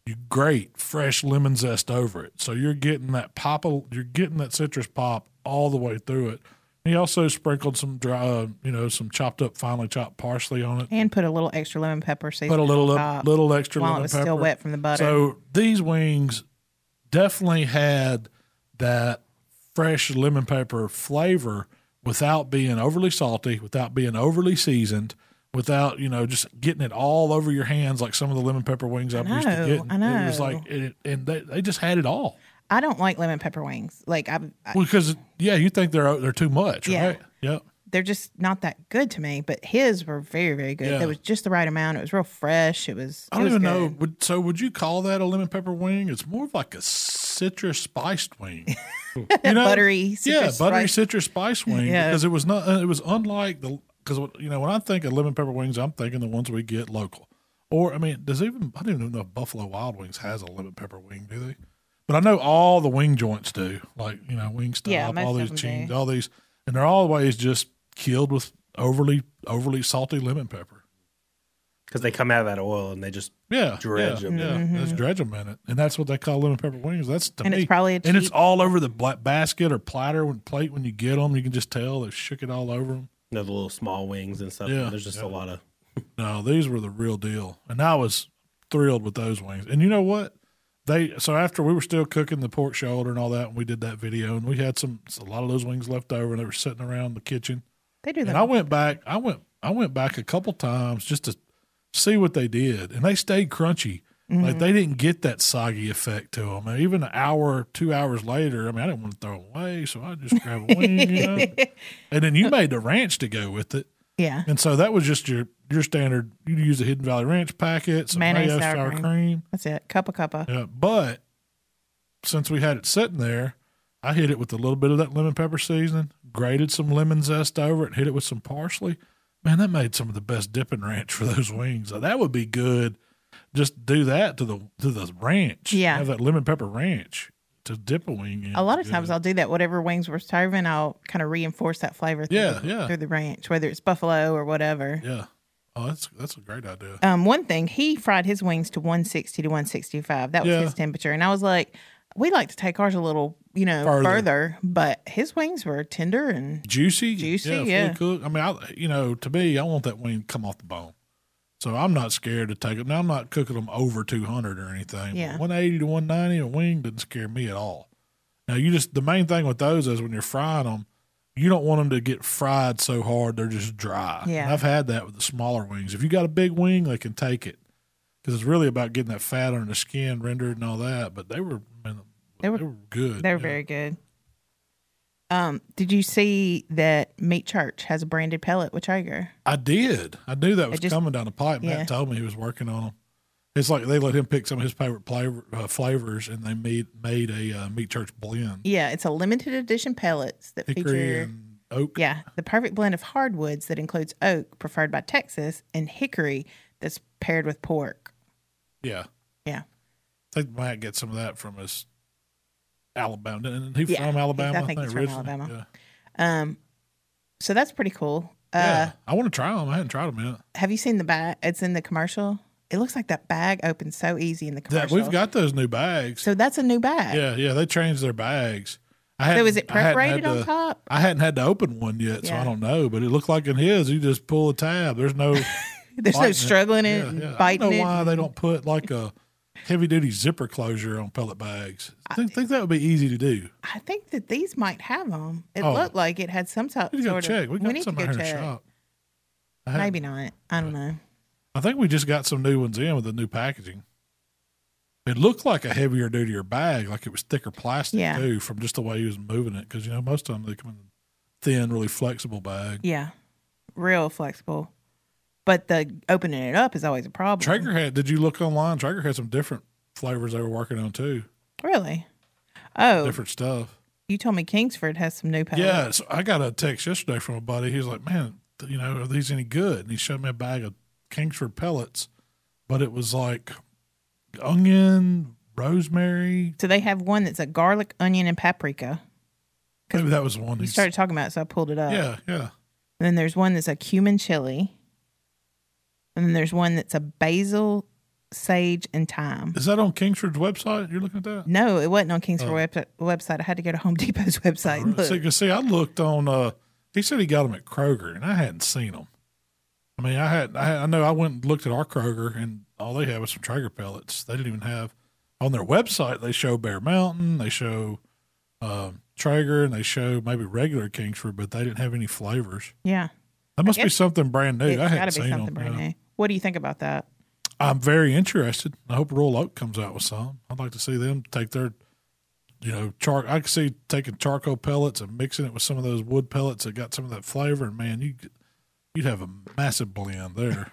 [SPEAKER 2] you grate fresh lemon zest over it. So you're getting that pop, you're getting that citrus pop all the way through it. He also sprinkled some dry, uh, you know, some chopped up, finely chopped parsley on it.
[SPEAKER 3] And put a little extra lemon pepper seasoning.
[SPEAKER 2] Put a little up,
[SPEAKER 3] on top
[SPEAKER 2] little extra
[SPEAKER 3] while
[SPEAKER 2] lemon
[SPEAKER 3] it was
[SPEAKER 2] pepper.
[SPEAKER 3] still wet from the butter.
[SPEAKER 2] So these wings definitely had that fresh lemon pepper flavor without being overly salty, without being overly seasoned, without, you know, just getting it all over your hands like some of the lemon pepper wings I'm used to
[SPEAKER 3] know,
[SPEAKER 2] getting.
[SPEAKER 3] I
[SPEAKER 2] It was
[SPEAKER 3] know.
[SPEAKER 2] like, it, and they, they just had it all.
[SPEAKER 3] I don't like lemon pepper wings. Like I, I
[SPEAKER 2] Because, yeah, you think they're they're too much,
[SPEAKER 3] Yeah.
[SPEAKER 2] right? Yep.
[SPEAKER 3] they're just not that good to me. But his were very, very good.
[SPEAKER 2] Yeah.
[SPEAKER 3] They was just the right amount. It was real fresh. It was.
[SPEAKER 2] I
[SPEAKER 3] it
[SPEAKER 2] don't
[SPEAKER 3] was
[SPEAKER 2] even
[SPEAKER 3] good.
[SPEAKER 2] know. Would, so, would you call that a lemon pepper wing? It's more of like a citrus spiced wing. You know?
[SPEAKER 3] Buttery.
[SPEAKER 2] yeah,
[SPEAKER 3] citrus
[SPEAKER 2] buttery
[SPEAKER 3] rice.
[SPEAKER 2] citrus spice wing
[SPEAKER 3] Yeah.
[SPEAKER 2] because it was not uh, it was unlike the because you know when I think of lemon pepper wings I'm thinking the ones we get local or I mean does even I don't even know if Buffalo Wild Wings has a lemon pepper wing do they but I know all the wing joints do like you know wing
[SPEAKER 3] Yeah,
[SPEAKER 2] stop
[SPEAKER 3] most
[SPEAKER 2] all
[SPEAKER 3] of
[SPEAKER 2] these
[SPEAKER 3] them
[SPEAKER 2] chains
[SPEAKER 3] do.
[SPEAKER 2] all these and they're always just killed with overly overly salty lemon pepper
[SPEAKER 4] because they come out of that oil and they just
[SPEAKER 2] yeah
[SPEAKER 4] Dredge
[SPEAKER 2] yeah,
[SPEAKER 4] 'em in
[SPEAKER 2] yeah let's dredge them in it and that's what they call lemon pepper wings that's to
[SPEAKER 3] Mm-hmm. And
[SPEAKER 2] me
[SPEAKER 3] it's probably a cheap.
[SPEAKER 2] and it's all over the black basket or platter when plate when you get them. You can just tell they shook it all over them.
[SPEAKER 4] you know the little small wings and stuff.
[SPEAKER 2] Yeah,
[SPEAKER 4] There's just
[SPEAKER 2] yeah.
[SPEAKER 4] a lot of
[SPEAKER 2] No, these were the real deal, and I was thrilled with those wings. And you know what? They so after we were still cooking the pork shoulder and all that, and we did that video, and we had some a lot of those wings left over, and they were sitting around the kitchen.
[SPEAKER 3] they do that.
[SPEAKER 2] And I went back. I went. I went back a couple times just to see what they did, and they stayed crunchy. Like
[SPEAKER 3] Mm-hmm.
[SPEAKER 2] they didn't get that soggy effect to them. And even an hour, two hours later, I mean, I didn't want to throw 'em away, so I just grabbed a wing, you know. And then you made the ranch to go with it,
[SPEAKER 3] yeah.
[SPEAKER 2] and so that was just your your standard. You use the Hidden Valley Ranch packet, some
[SPEAKER 3] Mayonnaise,
[SPEAKER 2] mayo,
[SPEAKER 3] sour
[SPEAKER 2] sour
[SPEAKER 3] cream.
[SPEAKER 2] cream.
[SPEAKER 3] That's it. Cup of cuppa.
[SPEAKER 2] Yeah, but since we had it sitting there, I hit it with a little bit of that lemon pepper seasoning, grated some lemon zest over it and hit it with some parsley. Man, that made some of the best dipping ranch for those wings. So that would be good. Just do that to the to the ranch.
[SPEAKER 3] Yeah.
[SPEAKER 2] have that lemon pepper ranch to dip a wing in.
[SPEAKER 3] A lot of
[SPEAKER 2] Good.
[SPEAKER 3] times I'll do that. Whatever wings we're serving, I'll kind of reinforce that flavor. Through,
[SPEAKER 2] Yeah,
[SPEAKER 3] the-
[SPEAKER 2] yeah.
[SPEAKER 3] Through the ranch, whether it's buffalo or whatever.
[SPEAKER 2] Yeah. Oh, that's that's a great idea.
[SPEAKER 3] Um, one thing he fried his wings to 160 to 165. That was
[SPEAKER 2] Yeah.
[SPEAKER 3] his temperature, and I was like, we like to take ours a little, you know,
[SPEAKER 2] Further.
[SPEAKER 3] further, but his wings were tender and
[SPEAKER 2] Juicy,
[SPEAKER 3] Juicy,
[SPEAKER 2] fully
[SPEAKER 3] yeah.
[SPEAKER 2] cooked. I mean, I, you know, to me, I want that wing to come off the bone. So I'm not scared to take them. Now I'm not cooking them over 200 or anything. but
[SPEAKER 3] Yeah.
[SPEAKER 2] 180 to 190, a wing doesn't scare me at all. Now you just the main thing with those is when you're frying them, you don't want them to get fried so hard they're just dry. And
[SPEAKER 3] Yeah.
[SPEAKER 2] I've had that with the smaller wings. If you got a big wing, they can take it because it's really about getting that fat under the skin rendered and all that. But they were, man, they
[SPEAKER 3] They
[SPEAKER 2] were,
[SPEAKER 3] were-
[SPEAKER 2] good.
[SPEAKER 3] they were
[SPEAKER 2] yeah.
[SPEAKER 3] very good. Um, did you see that Meat Church has a branded pellet with Traeger?
[SPEAKER 2] I did. I knew that was
[SPEAKER 3] just-
[SPEAKER 2] coming down the pipe.
[SPEAKER 3] Yeah.
[SPEAKER 2] Matt told me he was working on them. It's like they let him pick some of his favorite flavor, uh, flavors, and they made made a uh, meat church blend,
[SPEAKER 3] Yeah, it's a limited edition pellets that
[SPEAKER 2] hickory
[SPEAKER 3] feature
[SPEAKER 2] and oak.
[SPEAKER 3] Yeah, the perfect blend of hardwoods that includes oak, preferred by Texas, and hickory that's paired with pork.
[SPEAKER 2] Yeah.
[SPEAKER 3] Yeah.
[SPEAKER 2] I think Matt got some of that from his Alabama. And he
[SPEAKER 3] Yeah,
[SPEAKER 2] from Alabama.
[SPEAKER 3] I think he's from
[SPEAKER 2] originally.
[SPEAKER 3] Alabama.
[SPEAKER 2] Yeah.
[SPEAKER 3] Um, so that's pretty cool. Uh,
[SPEAKER 2] Yeah. I want to try them. I hadn't tried them yet.
[SPEAKER 3] Have you seen the bag? It's in the commercial. It looks like that bag opens so easy in the
[SPEAKER 2] That
[SPEAKER 3] commercial.
[SPEAKER 2] we've got those new bags.
[SPEAKER 3] So that's a new bag.
[SPEAKER 2] yeah, yeah. They changed their bags. I
[SPEAKER 3] So
[SPEAKER 2] hadn't-
[SPEAKER 3] is it
[SPEAKER 2] I hadn't had
[SPEAKER 3] perforated on
[SPEAKER 2] to-
[SPEAKER 3] top?
[SPEAKER 2] I hadn't had to open one yet, so I
[SPEAKER 3] Yeah.
[SPEAKER 2] don't know. But it looked like in his, you just pull a tab. There's no
[SPEAKER 3] There's
[SPEAKER 2] biting
[SPEAKER 3] no struggling it,
[SPEAKER 2] Yeah,
[SPEAKER 3] and
[SPEAKER 2] yeah. I
[SPEAKER 3] biting
[SPEAKER 2] don't know
[SPEAKER 3] it.
[SPEAKER 2] why they don't put like a heavy duty zipper closure on pellet bags. I think, think that would be easy to do.
[SPEAKER 3] I think that these might have them. It
[SPEAKER 2] Oh.
[SPEAKER 3] looked like it had some type.
[SPEAKER 2] We need to go
[SPEAKER 3] sort of-
[SPEAKER 2] check. We got some out here in the shop. I, hadn't-
[SPEAKER 3] Maybe not. I don't know.
[SPEAKER 2] I think we just got some new ones in with the new packaging. It looked like a heavier duty bag, like it was thicker plastic
[SPEAKER 3] Yeah.
[SPEAKER 2] too, from just the way he was moving it. Because you know most of them they come in thin, really flexible bag.
[SPEAKER 3] Yeah, real flexible. But the opening it up is always a problem.
[SPEAKER 2] Traeger had. Did you look online? Traeger had some different flavors they were working on too,
[SPEAKER 3] Really? Oh,
[SPEAKER 2] different stuff.
[SPEAKER 3] you told me Kingsford has some new pellets.
[SPEAKER 2] Yeah, so I got a text yesterday from a buddy. He was like, "Man, th- you know, are these any good?" And he showed me a bag of Kingsford pellets, but it was like onion, rosemary.
[SPEAKER 3] So they have one that's a garlic, onion, and paprika.
[SPEAKER 2] Maybe that was the one.
[SPEAKER 3] You
[SPEAKER 2] he
[SPEAKER 3] started talking about it, so I pulled it up.
[SPEAKER 2] Yeah, yeah.
[SPEAKER 3] And then there's one that's a cumin chili. And then there's one that's a basil, sage, and thyme.
[SPEAKER 2] Is that on Kingsford's website? You're looking at that?
[SPEAKER 3] No, it wasn't on
[SPEAKER 2] Oh.
[SPEAKER 3] Kingsford web- website. I had to go to Home Depot's website and
[SPEAKER 2] See,
[SPEAKER 3] look.
[SPEAKER 2] 'cause see, I looked on. uh He said he got them at Kroger, and I hadn't seen them. I mean, I had. I, had, I know I went and looked at our Kroger, and all they had was some Traeger pellets. They didn't even have on their website. They show Bear Mountain, they show um, Traeger, and they show maybe regular Kingsford, but they didn't have any flavors.
[SPEAKER 3] Yeah.
[SPEAKER 2] That must be
[SPEAKER 3] guess
[SPEAKER 2] something brand new. I
[SPEAKER 3] it's got
[SPEAKER 2] hadn't
[SPEAKER 3] to be
[SPEAKER 2] seen
[SPEAKER 3] something
[SPEAKER 2] them.
[SPEAKER 3] brand
[SPEAKER 2] yeah.
[SPEAKER 3] new. What do you think about that?
[SPEAKER 2] I'm very interested. I hope Royal Oak comes out with some. I'd like to see them take their, you know, char. I could see taking charcoal pellets and mixing it with some of those wood pellets that got some of that flavor. And man, you you'd have a massive blend there.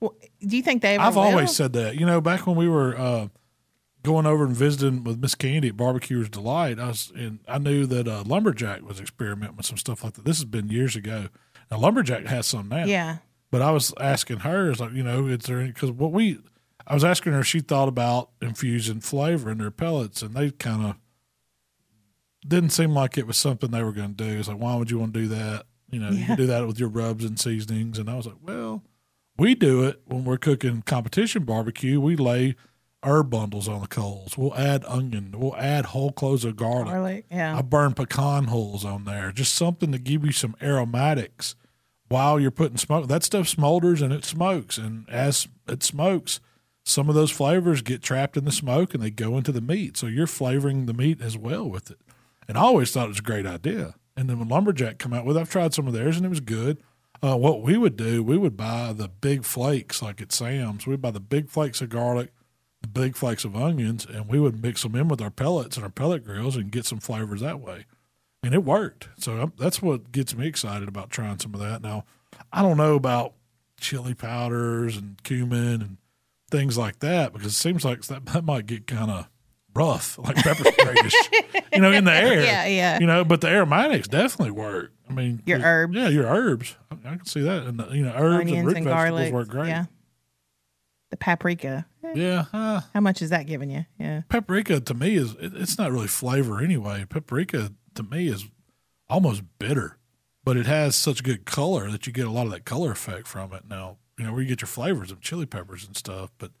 [SPEAKER 3] Well, do you think they ever
[SPEAKER 2] I've
[SPEAKER 3] will?
[SPEAKER 2] always said that. You know, back when we were uh, going over and visiting with Miss Candy at Barbecue's Delight, I was and I knew that uh, Lumberjack was experimenting with some stuff like that. This has been years ago. Now Lumberjack has some now.
[SPEAKER 3] Yeah.
[SPEAKER 2] But I was asking her, is like, you know, is there because what we, I was asking her, if she thought about infusing flavor in their pellets, and they kind of didn't seem like it was something they were going to do. It's like, why would you want to do that? You know, you
[SPEAKER 3] Yeah.
[SPEAKER 2] can do that with your rubs and seasonings. And I was like, well, we do it when we're cooking competition barbecue. We lay herb bundles on the coals. We'll add onion. We'll add whole cloves of garlic.
[SPEAKER 3] Garlic. Yeah.
[SPEAKER 2] I burn pecan holes on there. Just something to give you some aromatics while you're putting smoke. That stuff smolders and it smokes. And as it smokes, some of those flavors get trapped in the smoke and they go into the meat. So you're flavoring the meat as well with it. And I always thought it was a great idea. And then when Lumberjack come out with, I've tried some of theirs and it was good. Uh, what we would do, we would buy the big flakes like at Sam's. We'd buy the big flakes of garlic, the big flakes of onions, and we would mix them in with our pellets and our pellet grills and get some flavors that way. And it worked. So i that's what gets me excited about trying some of that. Now, I don't know about chili powders and cumin and things like that because it seems like that, that might get kind of rough, like pepper sprayish, you know, in the air.
[SPEAKER 3] Yeah, yeah.
[SPEAKER 2] You know, but the aromatics definitely work. I mean,
[SPEAKER 3] Your
[SPEAKER 2] 'cause-
[SPEAKER 3] herbs.
[SPEAKER 2] Yeah, your herbs. I, I can see that. And, the, you know, herbs and
[SPEAKER 3] onions
[SPEAKER 2] root
[SPEAKER 3] and
[SPEAKER 2] vegetables
[SPEAKER 3] garlic.
[SPEAKER 2] work great.
[SPEAKER 3] Yeah. The paprika. Eh,
[SPEAKER 2] Yeah, uh,
[SPEAKER 3] How much is that giving you? Yeah.
[SPEAKER 2] paprika to me is, it, it's not really flavor anyway. Paprika to me is almost bitter, but it has such good color that you get a lot of that color effect from it. Now, you know, where you get your flavors of chili peppers and stuff, but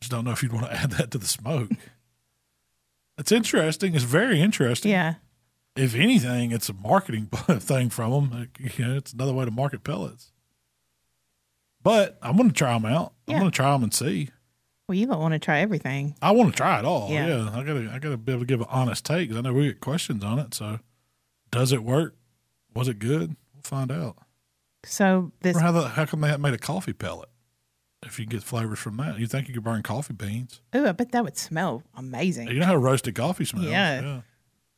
[SPEAKER 2] just don't know if you'd want to add that to the smoke. it's interesting. It's very interesting.
[SPEAKER 3] Yeah.
[SPEAKER 2] if anything, it's a marketing thing from them. You know, it's another way to market pellets. But I'm going to try them out.
[SPEAKER 3] Yeah.
[SPEAKER 2] I'm going to try them and see.
[SPEAKER 3] Well, you don't want to try everything.
[SPEAKER 2] I want to try it all.
[SPEAKER 3] Yeah.
[SPEAKER 2] Yeah, I got to. I got to be able to give an honest take 'cause I know we get questions on it. So, does it work? Was it good? We'll find out.
[SPEAKER 3] So this
[SPEAKER 2] Or how the how come they haven't made a coffee pellet? If you get flavors from that, you think you could burn coffee beans?
[SPEAKER 3] Ooh, I bet that would smell amazing.
[SPEAKER 2] You know how roasted coffee smells.
[SPEAKER 3] Yeah.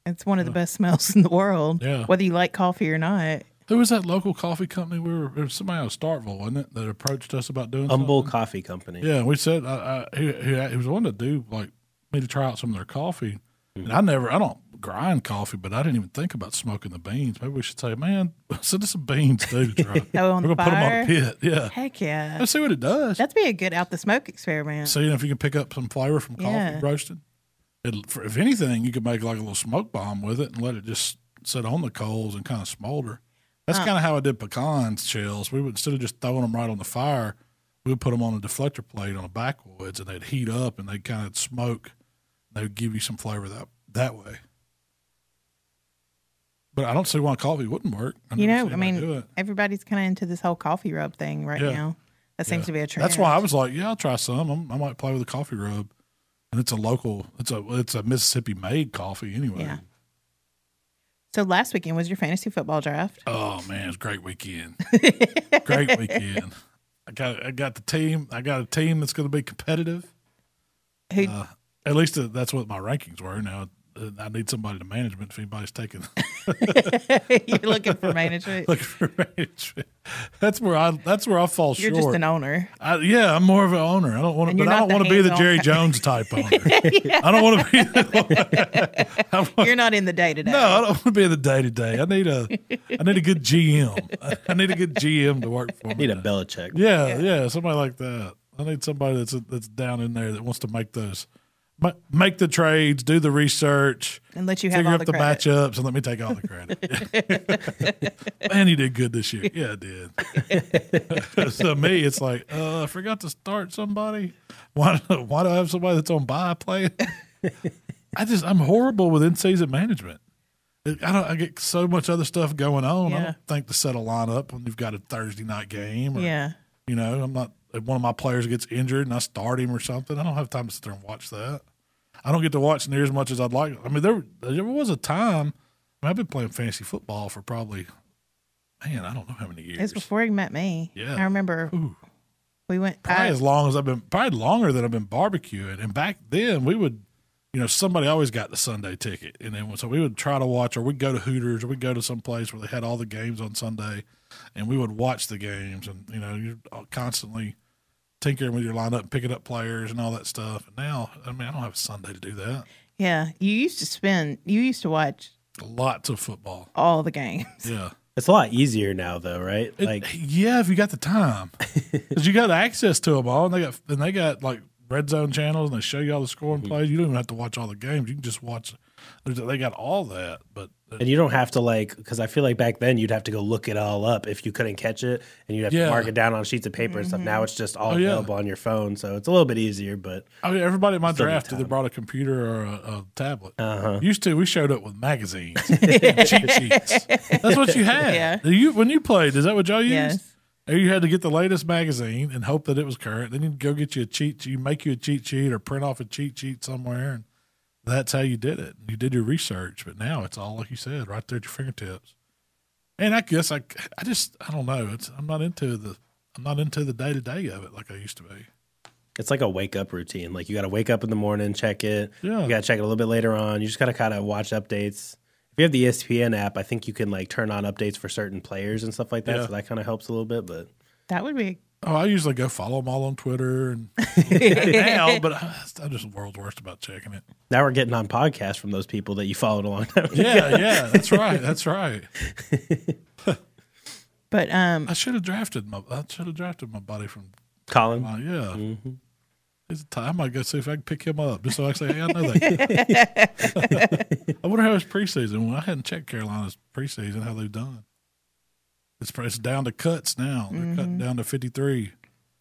[SPEAKER 3] It's one of the best smells in the world.
[SPEAKER 2] Yeah.
[SPEAKER 3] Whether you like coffee or not.
[SPEAKER 2] Who was that local coffee company? We were it was somebody out of Starkville, wasn't it? That approached us about doing
[SPEAKER 4] Humble
[SPEAKER 2] something?
[SPEAKER 4] Coffee Company.
[SPEAKER 2] Yeah, we said I, I, he, he, he was wanting to do like me to try out some of their coffee, and I never I don't grind coffee, but I didn't even think about smoking the beans. Maybe we should say, man, send us some beans too. To try.
[SPEAKER 3] Oh,
[SPEAKER 2] We're
[SPEAKER 3] on
[SPEAKER 2] gonna
[SPEAKER 3] the
[SPEAKER 2] put them
[SPEAKER 3] fire.
[SPEAKER 2] on a pit. Yeah,
[SPEAKER 3] Heck yeah.
[SPEAKER 2] let's see what it does.
[SPEAKER 3] That'd be a good out the smoke experiment.
[SPEAKER 2] Seeing if you can pick up some flavor from coffee
[SPEAKER 3] Yeah.
[SPEAKER 2] roasting. It, for, if anything, you could make like a little smoke bomb with it and let it just sit on the coals and kind of smolder. That's kind of how I did pecan shells. We would instead of just throwing them right on the fire, we would put them on a deflector plate on a backwoods, and they'd heat up and they'd kind of smoke. They would give you some flavor that that way. But I don't see why coffee wouldn't work.
[SPEAKER 3] you
[SPEAKER 2] never
[SPEAKER 3] know,
[SPEAKER 2] see
[SPEAKER 3] I
[SPEAKER 2] anybody do
[SPEAKER 3] mean,
[SPEAKER 2] it.
[SPEAKER 3] everybody's kind of into this whole coffee rub thing right
[SPEAKER 2] Yeah.
[SPEAKER 3] now. That seems
[SPEAKER 2] Yeah.
[SPEAKER 3] to be a trend.
[SPEAKER 2] That's why I was like, yeah, I'll try some. I'm, I might play with a coffee rub, and it's a local. It's a it's a Mississippi made coffee anyway.
[SPEAKER 3] Yeah. So last weekend was your fantasy football draft.
[SPEAKER 2] Oh man, it's a great weekend. great weekend. I got I got the team. I got a team that's going to be competitive.
[SPEAKER 3] Who
[SPEAKER 2] Uh, at least that's what my rankings were. Now uh, I need somebody to management if anybody's taking
[SPEAKER 3] you're looking for management?
[SPEAKER 2] looking for management. That's where I that's where I fall
[SPEAKER 3] you're
[SPEAKER 2] short.
[SPEAKER 3] just an owner.
[SPEAKER 2] I, yeah, I'm more of an owner. I don't want to,
[SPEAKER 3] And you're
[SPEAKER 2] but I don't
[SPEAKER 3] not the
[SPEAKER 2] want to be the
[SPEAKER 3] hands-on
[SPEAKER 2] Jerry
[SPEAKER 3] guy.
[SPEAKER 2] Jones type owner. I don't want to be.
[SPEAKER 3] You're not in the day to day.
[SPEAKER 2] No, I don't want to be the day to day. I need a, I need a good GM. I need a good GM to work for me.
[SPEAKER 4] Need a Belichick.
[SPEAKER 2] Yeah, yeah, somebody like that. I need somebody that's that's down in there that wants to make those, ma- make the trades, do the research,
[SPEAKER 3] and let you have
[SPEAKER 2] figure
[SPEAKER 3] all
[SPEAKER 2] up
[SPEAKER 3] the
[SPEAKER 2] the,
[SPEAKER 3] credit.
[SPEAKER 2] matchups, and let me take all the credit. Man, he did good this year. Yeah, I did. so me, it's like uh, I forgot to start somebody. Why? Why do I have somebody that's on buy play? I just I'm horrible with in season management. It- I don't. I get so much other stuff going on. I
[SPEAKER 3] Yeah.
[SPEAKER 2] don't think to set a lineup when you've got a Thursday night game. Or,
[SPEAKER 3] Yeah.
[SPEAKER 2] you know, I'm not if one of my players gets injured and I start him or something. I don't have time to sit there and watch that. I don't get to watch near as much as I'd like. I mean, there there was a time. I mean, I've been playing fantasy football for probably, man, I don't know how many years.
[SPEAKER 3] It's before he met me.
[SPEAKER 2] Yeah.
[SPEAKER 3] I remember
[SPEAKER 2] Ooh.
[SPEAKER 3] we went.
[SPEAKER 2] probably
[SPEAKER 3] I-
[SPEAKER 2] as long as I've been, probably longer than I've been barbecuing. And back then, we would, you know, somebody always got the Sunday ticket, and then so we would try to watch, or we'd go to Hooters, or we'd go to some place where they had all the games on Sunday, and we would watch the games, and you know, you're constantly tinkering with your lineup, and picking up players, and all that stuff. And now, I mean, I don't have a Sunday to do that.
[SPEAKER 3] yeah. You used to spend. You used to watch
[SPEAKER 2] Lots of football.
[SPEAKER 3] all the games.
[SPEAKER 2] Yeah.
[SPEAKER 4] It's a lot easier now, though, right?
[SPEAKER 2] It-
[SPEAKER 4] like
[SPEAKER 2] yeah, if you got the time, because you got access to them all, and they got and they got like red zone channels, and they show you all the scoring plays. You don't even have to watch all the games; you can just watch. there's- They got all that, but uh,
[SPEAKER 4] And you don't have to like, because I feel like back then you'd have to go look it all up if you couldn't catch it, and you'd have
[SPEAKER 2] Yeah.
[SPEAKER 4] to mark it down on sheets of paper and stuff. Now it's just all
[SPEAKER 2] Oh, yeah.
[SPEAKER 4] available on your phone, so it's a little bit easier. But
[SPEAKER 2] I mean, everybody in my
[SPEAKER 4] Still got
[SPEAKER 2] draft either
[SPEAKER 4] time.
[SPEAKER 2] brought a computer or a, a tablet.
[SPEAKER 4] uh-huh.
[SPEAKER 2] Used to, we showed up with magazines, and cheat sheets. That's what you had.
[SPEAKER 3] Yeah.
[SPEAKER 2] You when you played, is that what y'all used?
[SPEAKER 3] Yes.
[SPEAKER 2] Or You had to get the latest magazine and hope that it was current. Then you'd go get you a cheat. You make you a cheat sheet or print off a cheat sheet somewhere, and that's how you did it. You did your research, but now it's all like you said, right there at your fingertips. And I guess I, I just I don't know. It's I'm not into the I'm not into the day to day of it like I used to be.
[SPEAKER 4] It's like a wake up routine. Like you got to wake up in the morning, check it.
[SPEAKER 2] Yeah.
[SPEAKER 4] You got to check it a little bit later on. You just got to kind of watch updates. If you have the E ESPN app, I think you can like turn on updates for certain players and stuff like that.
[SPEAKER 2] Yeah.
[SPEAKER 4] So that kind of helps a little bit. But
[SPEAKER 3] That would be
[SPEAKER 2] Oh, I usually go follow them all on Twitter and now, but I, I'm just the world's worst about checking it.
[SPEAKER 4] Now we're getting on podcasts from those people that you followed along.
[SPEAKER 2] Yeah, yeah, that's right, that's right.
[SPEAKER 3] But um,
[SPEAKER 2] I should have drafted my I should have drafted my buddy from
[SPEAKER 4] Colin.
[SPEAKER 2] uh, yeah. He's a tie. I might go see if I can pick him up just so I can say, hey, I know that. guy." I wonder how his preseason went. I hadn't checked Carolina's preseason how they've done. It's, pr- it's down to cuts now. They're cutting down to fifty three.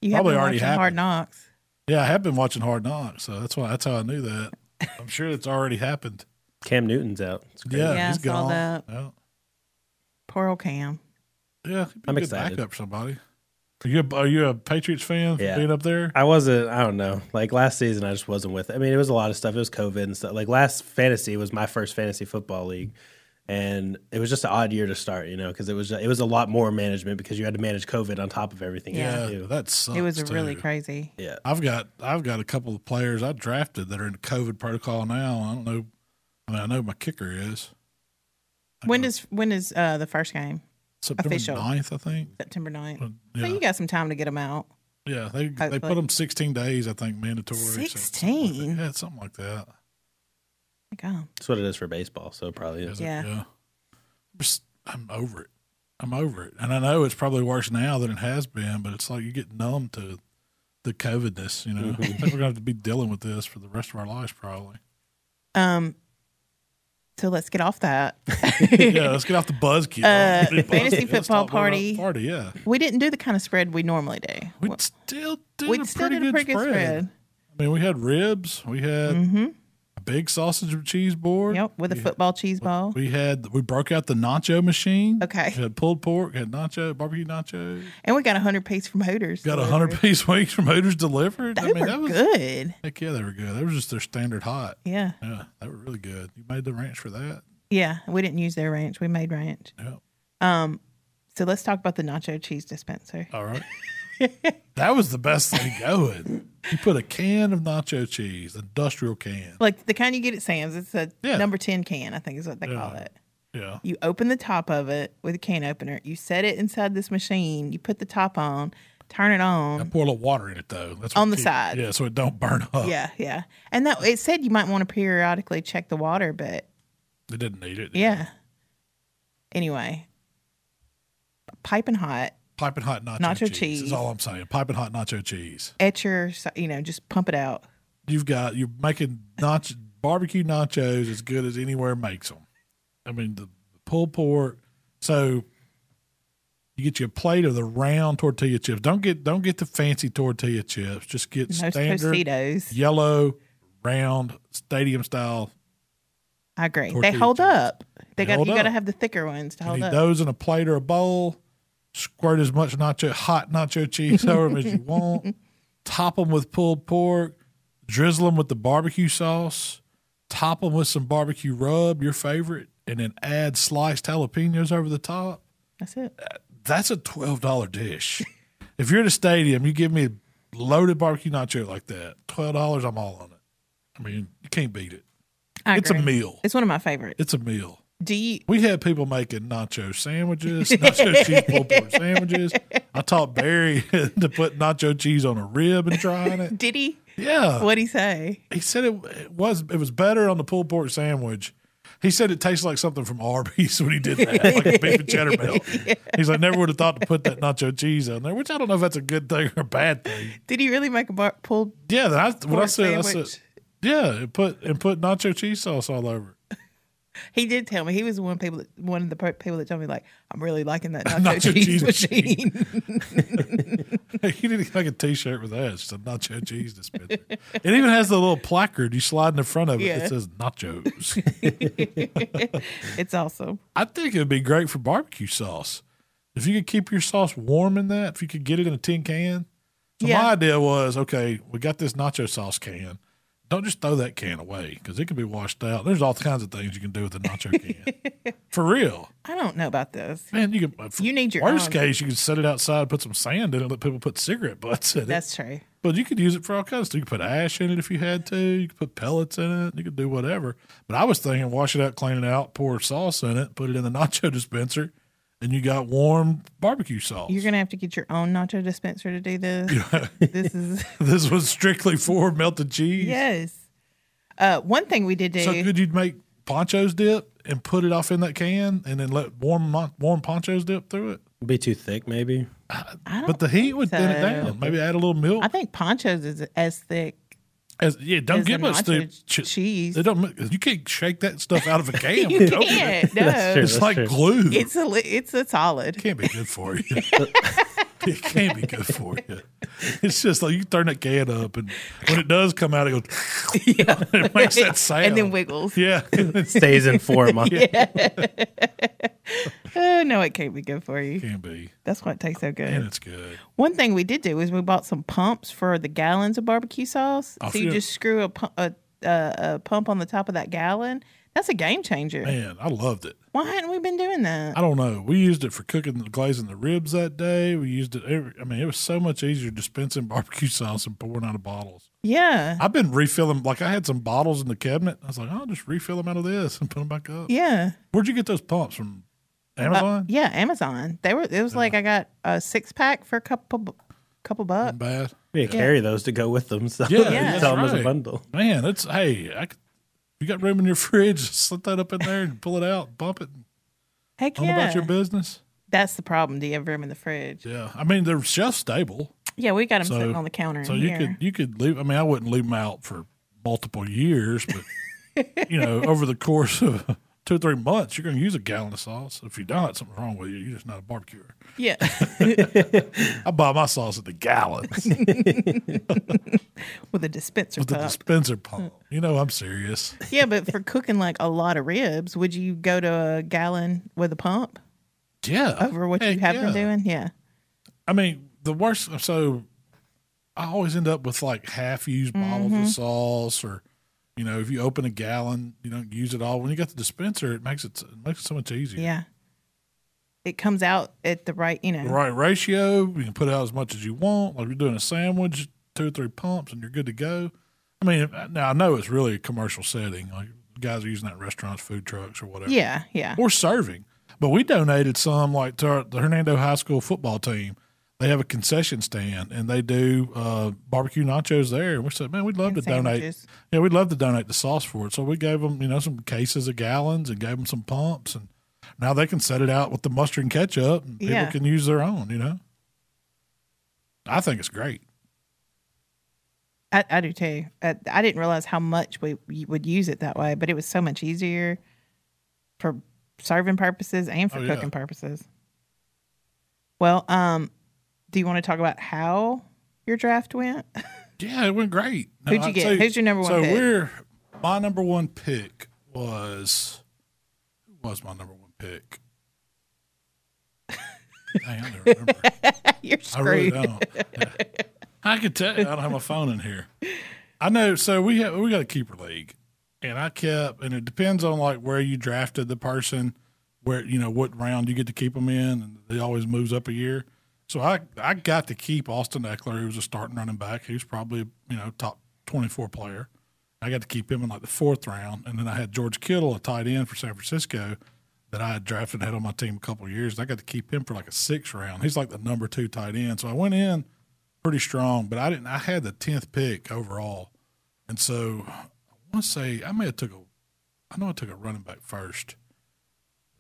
[SPEAKER 3] you have
[SPEAKER 2] Probably
[SPEAKER 3] been
[SPEAKER 2] already
[SPEAKER 3] watching Hard
[SPEAKER 2] happened.
[SPEAKER 3] Knocks.
[SPEAKER 2] Yeah, I have been watching Hard Knocks, so that's why that's how I knew that. I'm sure it's already happened.
[SPEAKER 4] Cam Newton's out. It's great.
[SPEAKER 2] Yeah,
[SPEAKER 3] Yeah,
[SPEAKER 2] he's
[SPEAKER 3] I saw
[SPEAKER 2] gone.
[SPEAKER 3] that.
[SPEAKER 2] Yeah,
[SPEAKER 3] Poor old Cam.
[SPEAKER 2] yeah he'd be
[SPEAKER 4] I'm
[SPEAKER 2] a good
[SPEAKER 4] excited.
[SPEAKER 2] Backup somebody. Are you a, are you a Patriots fan? for
[SPEAKER 4] Yeah.
[SPEAKER 2] being up there.
[SPEAKER 4] I wasn't. I don't know. Like last season, I just wasn't with. It. I mean, it was a lot of stuff. It was COVID and stuff. Like last fantasy was my first fantasy football league, and it was just an odd year to start. You know, because it was it was a lot more management because you had to manage COVID on top of everything. you
[SPEAKER 2] yeah,
[SPEAKER 4] had to do.
[SPEAKER 2] that sucks.
[SPEAKER 3] It was really
[SPEAKER 2] too.
[SPEAKER 3] crazy.
[SPEAKER 4] yeah.
[SPEAKER 2] I've got I've got a couple of players I drafted that are in COVID protocol now. I don't know. I mean, I know my kicker is
[SPEAKER 3] When does when is uh, the first game?
[SPEAKER 2] September
[SPEAKER 3] Official.
[SPEAKER 2] 9th, I think.
[SPEAKER 3] September 9th.
[SPEAKER 2] But,
[SPEAKER 3] So
[SPEAKER 2] yeah,
[SPEAKER 3] you got some time to get them out.
[SPEAKER 2] yeah. They they put
[SPEAKER 3] Hopefully.
[SPEAKER 2] them sixteen days, I think, mandatory. so something like that.
[SPEAKER 3] 16?
[SPEAKER 2] yeah, something like that.
[SPEAKER 3] God.
[SPEAKER 4] That's what it is for baseball. So it probably
[SPEAKER 2] Is
[SPEAKER 4] is.
[SPEAKER 2] it?
[SPEAKER 3] oh, Yeah.
[SPEAKER 2] Just- I'm over it. I'm over it, and I know it's probably worse now than it has been, but it's like you get numb to the COVIDness. You know, I think we're gonna have to be dealing with this for the rest of our lives, probably.
[SPEAKER 3] Um. So let's get off that.
[SPEAKER 2] yeah, let's get off the buzzkill.
[SPEAKER 3] Uh,
[SPEAKER 2] Big
[SPEAKER 3] fantasy
[SPEAKER 2] buzzkill. Let's
[SPEAKER 3] football
[SPEAKER 2] talk more about
[SPEAKER 3] party.
[SPEAKER 2] Party, yeah.
[SPEAKER 3] we didn't do the kind of spread we normally do.
[SPEAKER 2] We
[SPEAKER 3] Well,
[SPEAKER 2] still did
[SPEAKER 3] we
[SPEAKER 2] a
[SPEAKER 3] still
[SPEAKER 2] pretty
[SPEAKER 3] did a pretty good
[SPEAKER 2] spread.
[SPEAKER 3] spread. Mm-hmm.
[SPEAKER 2] I mean, we had ribs. We had a big sausage and cheese board.
[SPEAKER 3] Yep, with a football cheese ball.
[SPEAKER 2] We had we broke out the nacho machine.
[SPEAKER 3] Okay.
[SPEAKER 2] We had pulled pork. Had nacho barbecue nachos.
[SPEAKER 3] And we got a hundred piece from Hooters.
[SPEAKER 2] Got a hundred piece wings from Hooters delivered.
[SPEAKER 3] They
[SPEAKER 2] I mean,
[SPEAKER 3] were
[SPEAKER 2] that was
[SPEAKER 3] good.
[SPEAKER 2] heck yeah, they were good. They were just their standard hot.
[SPEAKER 3] Yeah.
[SPEAKER 2] Yeah, they were really good. You made the ranch for that.
[SPEAKER 3] Yeah. We didn't use their ranch. We made ranch.
[SPEAKER 2] Yep.
[SPEAKER 3] Um, so let's talk about the nacho cheese dispenser.
[SPEAKER 2] All right. that was the best thing going. You put a can of nacho cheese, industrial can.
[SPEAKER 3] Like the kind you get at Sam's, it's a
[SPEAKER 2] Yeah.
[SPEAKER 3] number 10 can, I think is what they call
[SPEAKER 2] Yeah.
[SPEAKER 3] it.
[SPEAKER 2] Yeah.
[SPEAKER 3] You open the top of it with a can opener. You set it inside this machine. You put the top on, turn it
[SPEAKER 2] I
[SPEAKER 3] on.
[SPEAKER 2] pour a little water in it though. That's
[SPEAKER 3] On
[SPEAKER 2] what
[SPEAKER 3] the side.
[SPEAKER 2] Yeah, so it don't burn up.
[SPEAKER 3] Yeah, yeah. And that it said you might want to periodically check the water, but
[SPEAKER 2] It didn't need it.
[SPEAKER 3] yeah. Anyway, piping hot.
[SPEAKER 2] Piping hot nacho,
[SPEAKER 3] Nacho
[SPEAKER 2] cheese,
[SPEAKER 3] cheese.
[SPEAKER 2] is all I'm saying. Piping hot nacho cheese.
[SPEAKER 3] At your, you know, just pump it out.
[SPEAKER 2] You've got you're making nacho barbecue nachos as good as anywhere makes them. I mean the pulled pork. So you get you a plate of the round tortilla chips. Don't get don't get the fancy tortilla chips. Just get
[SPEAKER 3] No
[SPEAKER 2] standard
[SPEAKER 3] Tostitos.
[SPEAKER 2] yellow round stadium style.
[SPEAKER 3] I agree. They
[SPEAKER 2] Tortilla
[SPEAKER 3] hold
[SPEAKER 2] chips.
[SPEAKER 3] up.
[SPEAKER 2] They
[SPEAKER 3] They got
[SPEAKER 2] hold
[SPEAKER 3] you got to
[SPEAKER 2] up.
[SPEAKER 3] have the thicker ones to
[SPEAKER 2] You
[SPEAKER 3] hold
[SPEAKER 2] need
[SPEAKER 3] up.
[SPEAKER 2] those in a plate or a bowl. Squirt as much nacho hot nacho cheese over 'em as you want. Top them with pulled pork. Drizzle them with the barbecue sauce. Top them with some barbecue rub, your favorite, and then add sliced jalapenos over the top.
[SPEAKER 3] That's it.
[SPEAKER 2] That's a twelve dollar dish. if you're at a stadium, you give me a loaded barbecue nacho like that. Twelve dollars, I'm all on it. I mean, you can't beat it.
[SPEAKER 3] I
[SPEAKER 2] It's a
[SPEAKER 3] agree.
[SPEAKER 2] meal.
[SPEAKER 3] It's one of my favorites.
[SPEAKER 2] It's a meal.
[SPEAKER 3] Do you?
[SPEAKER 2] We had people making nacho sandwiches, nacho cheese pulled pork sandwiches. I taught Barry to put nacho cheese on a rib and trying it.
[SPEAKER 3] Did he?
[SPEAKER 2] Yeah,
[SPEAKER 3] What'd he say?
[SPEAKER 2] he said it, it was it was better on the pulled pork sandwich. He said it tastes like something from Arby's when he did that, like a beef and cheddar melt. He's like, never would have thought to put that nacho cheese on there, which I don't know if that's a good thing or a bad thing.
[SPEAKER 3] Did he really make a bar- pulled?
[SPEAKER 2] Yeah, that I, when I
[SPEAKER 3] Pork
[SPEAKER 2] said, I
[SPEAKER 3] sandwich.
[SPEAKER 2] said, yeah, and put and put nacho cheese sauce all over. it.
[SPEAKER 3] He did tell me he was one of the people that, one of the per- people that told me like I'm really liking that nacho,
[SPEAKER 2] Nacho
[SPEAKER 3] cheese,
[SPEAKER 2] cheese
[SPEAKER 3] machine.
[SPEAKER 2] you need to make a T-shirt with that. It's just a nacho cheese dispenser. it even has the little placard you slide in the front of it.
[SPEAKER 3] Yeah.
[SPEAKER 2] It says nachos.
[SPEAKER 3] it's awesome.
[SPEAKER 2] I think it would be great for barbecue sauce if you could keep your sauce warm in that. If you could get it in a tin can. So
[SPEAKER 3] Yeah.
[SPEAKER 2] my idea was okay. We got this nacho sauce can. Don't just throw that can away because it can be washed out. There's all kinds of things you can do with a nacho can. for real,
[SPEAKER 3] I don't know about this.
[SPEAKER 2] man. You can.
[SPEAKER 3] You need your
[SPEAKER 2] worst
[SPEAKER 3] own.
[SPEAKER 2] case. You can set it outside, put some sand in it, let people put cigarette butts in it.
[SPEAKER 3] That's true.
[SPEAKER 2] But you could use it for all kinds of stuff. You could put ash in it if you had to. You could put pellets in it. You could do whatever. But I was thinking, wash it out, clean it out, pour sauce in it, put it in the nacho dispenser, and you got warm barbecue sauce.
[SPEAKER 3] You're gonna have to get your own nacho dispenser to do this. this is
[SPEAKER 2] this was strictly for melted cheese.
[SPEAKER 3] yes. Uh, one thing we did do.
[SPEAKER 2] So could you make ponchos dip and put it off in that can and then let warm mon- warm ponchos dip through it?
[SPEAKER 4] It'd be too thick, maybe.
[SPEAKER 3] I don't
[SPEAKER 2] But the heat would thin it
[SPEAKER 3] so.
[SPEAKER 2] down. Maybe add a little milk.
[SPEAKER 3] I think ponchos is as thick.
[SPEAKER 2] As, yeah, don't
[SPEAKER 3] As
[SPEAKER 2] give
[SPEAKER 3] a
[SPEAKER 2] us the
[SPEAKER 3] nacho cheese.
[SPEAKER 2] They don't. make- You can't shake that stuff out of a can.
[SPEAKER 3] You
[SPEAKER 2] with COVID.
[SPEAKER 3] can't. No,
[SPEAKER 4] That's true.
[SPEAKER 2] It's like glue. It
[SPEAKER 3] it's a li- it's a solid.
[SPEAKER 2] can't be good for you. it can't be good for you. It's just like you turn that can up, and when it does come out, it goes. it makes that sound.
[SPEAKER 3] and then wiggles.
[SPEAKER 2] Yeah, it
[SPEAKER 4] Stays in form. huh?
[SPEAKER 3] Oh, no, it can't be good for you.
[SPEAKER 2] can be,
[SPEAKER 3] That's why it tastes so good.
[SPEAKER 2] and it's good.
[SPEAKER 3] One thing we did do is we bought some pumps for the gallons of barbecue sauce.
[SPEAKER 2] Oh,
[SPEAKER 3] so you
[SPEAKER 2] yeah.
[SPEAKER 3] just screw a, pu- a, a, a pump on the top of that gallon. That's a game changer.
[SPEAKER 2] Man, I loved it.
[SPEAKER 3] Why hadn't we been doing that?
[SPEAKER 2] I don't know. We used it for cooking the glazing the ribs that day. We used it. Every, I mean, it was so much easier dispensing barbecue sauce and pouring out of bottles.
[SPEAKER 3] yeah.
[SPEAKER 2] I've been refilling. Like I had some bottles in the cabinet. I was like, I'll just refill them out of this and put them back up.
[SPEAKER 3] yeah.
[SPEAKER 2] Where'd you get those pumps from?
[SPEAKER 3] Uh,
[SPEAKER 2] Amazon.
[SPEAKER 3] yeah, Amazon. They were it was like I got a six pack for a couple bu- couple bucks.
[SPEAKER 2] Bad.
[SPEAKER 4] We carry those to go with them. So
[SPEAKER 2] Yeah,
[SPEAKER 3] Yeah.
[SPEAKER 4] sell them
[SPEAKER 2] that's
[SPEAKER 4] as a
[SPEAKER 2] right.
[SPEAKER 4] bundle.
[SPEAKER 2] Man, that's hey. I, could- you got room in your fridge? Just slip that up in there and pull it out, bump it,
[SPEAKER 3] Heck
[SPEAKER 2] on
[SPEAKER 3] yeah.
[SPEAKER 2] about your business.
[SPEAKER 3] That's the problem. Do you have room in the fridge?
[SPEAKER 2] Yeah, I mean they're shelf stable,
[SPEAKER 3] Yeah, we got them
[SPEAKER 2] So-
[SPEAKER 3] sitting on the counter
[SPEAKER 2] so
[SPEAKER 3] in
[SPEAKER 2] you
[SPEAKER 3] here.
[SPEAKER 2] could you could leave. I mean, I wouldn't leave them out for multiple years, but you know, over the course of two or three months, you're going to use a gallon of sauce. If you don't, something's wrong with you. You're just not a barbecuer.
[SPEAKER 3] yeah.
[SPEAKER 2] I buy my sauce at the gallons
[SPEAKER 3] With a dispenser
[SPEAKER 2] with the
[SPEAKER 3] pump.
[SPEAKER 2] dispenser pump. You know, I'm serious.
[SPEAKER 3] yeah, but for cooking like a lot of ribs, would you go to a gallon with a pump
[SPEAKER 2] Yeah,
[SPEAKER 3] over what you
[SPEAKER 2] Heck
[SPEAKER 3] have been
[SPEAKER 2] yeah.
[SPEAKER 3] doing? Yeah.
[SPEAKER 2] I mean, the worst. So I always end up with like half used bottles of sauce, or you know, if you open a gallon, you don't use it all. When you got the dispenser, it makes it, it makes it so much easier.
[SPEAKER 3] Yeah. It comes out at the right, you know.
[SPEAKER 2] The right ratio, you can put out as much as you want. Like if you're doing a sandwich, two or three pumps, and you're good to go. I mean, now I know it's really a commercial setting. Like guys are using that in restaurants, food trucks, or whatever.
[SPEAKER 3] Yeah, yeah.
[SPEAKER 2] or serving. But we donated some like to our, the Hernando High School football team. They have a concession stand and they do uh, barbecue nachos there. And we said, man, we'd love
[SPEAKER 3] And
[SPEAKER 2] to
[SPEAKER 3] sandwiches.
[SPEAKER 2] donate. Yeah, we'd love to donate the sauce for it. So we gave them, you know, some cases of gallons and gave them some pumps. And now they can set it out with the mustard and ketchup and people
[SPEAKER 3] Yeah.
[SPEAKER 2] can use their own, you know. I think it's great.
[SPEAKER 3] I, I do too. I, I didn't realize how much we, we would use it that way, but it was so much easier for serving purposes and for
[SPEAKER 2] Oh, yeah.
[SPEAKER 3] cooking purposes. Well, um, do you want to talk about how your draft went?
[SPEAKER 2] Yeah, it went great.
[SPEAKER 3] Who'd you
[SPEAKER 2] I'd
[SPEAKER 3] get? Who's your number one
[SPEAKER 2] So
[SPEAKER 3] pick?
[SPEAKER 2] we're my number one pick was who was my number one pick? Dang, I don't remember.
[SPEAKER 3] You're
[SPEAKER 2] I really
[SPEAKER 3] screwed.
[SPEAKER 2] don't. Yeah. I could tell. you, I don't have my phone in here. I know. So we have we got a keeper league, and I kept, and it depends on like where you drafted the person, where you know what round you get to keep them in, and it always moves up a year. So I I got to keep Austin Eckler, who was a starting running back, who's probably you know top twenty four player. I got to keep him in like the fourth round, and then I had George Kittle, a tight end for San Francisco, that I had drafted and had on my team a couple of years. and I got to keep him for like a sixth round. He's like the number two tight end, so I went in pretty strong, but I didn't. I had the tenth pick overall, and so I want to say I may have took a. I know I took a running back first.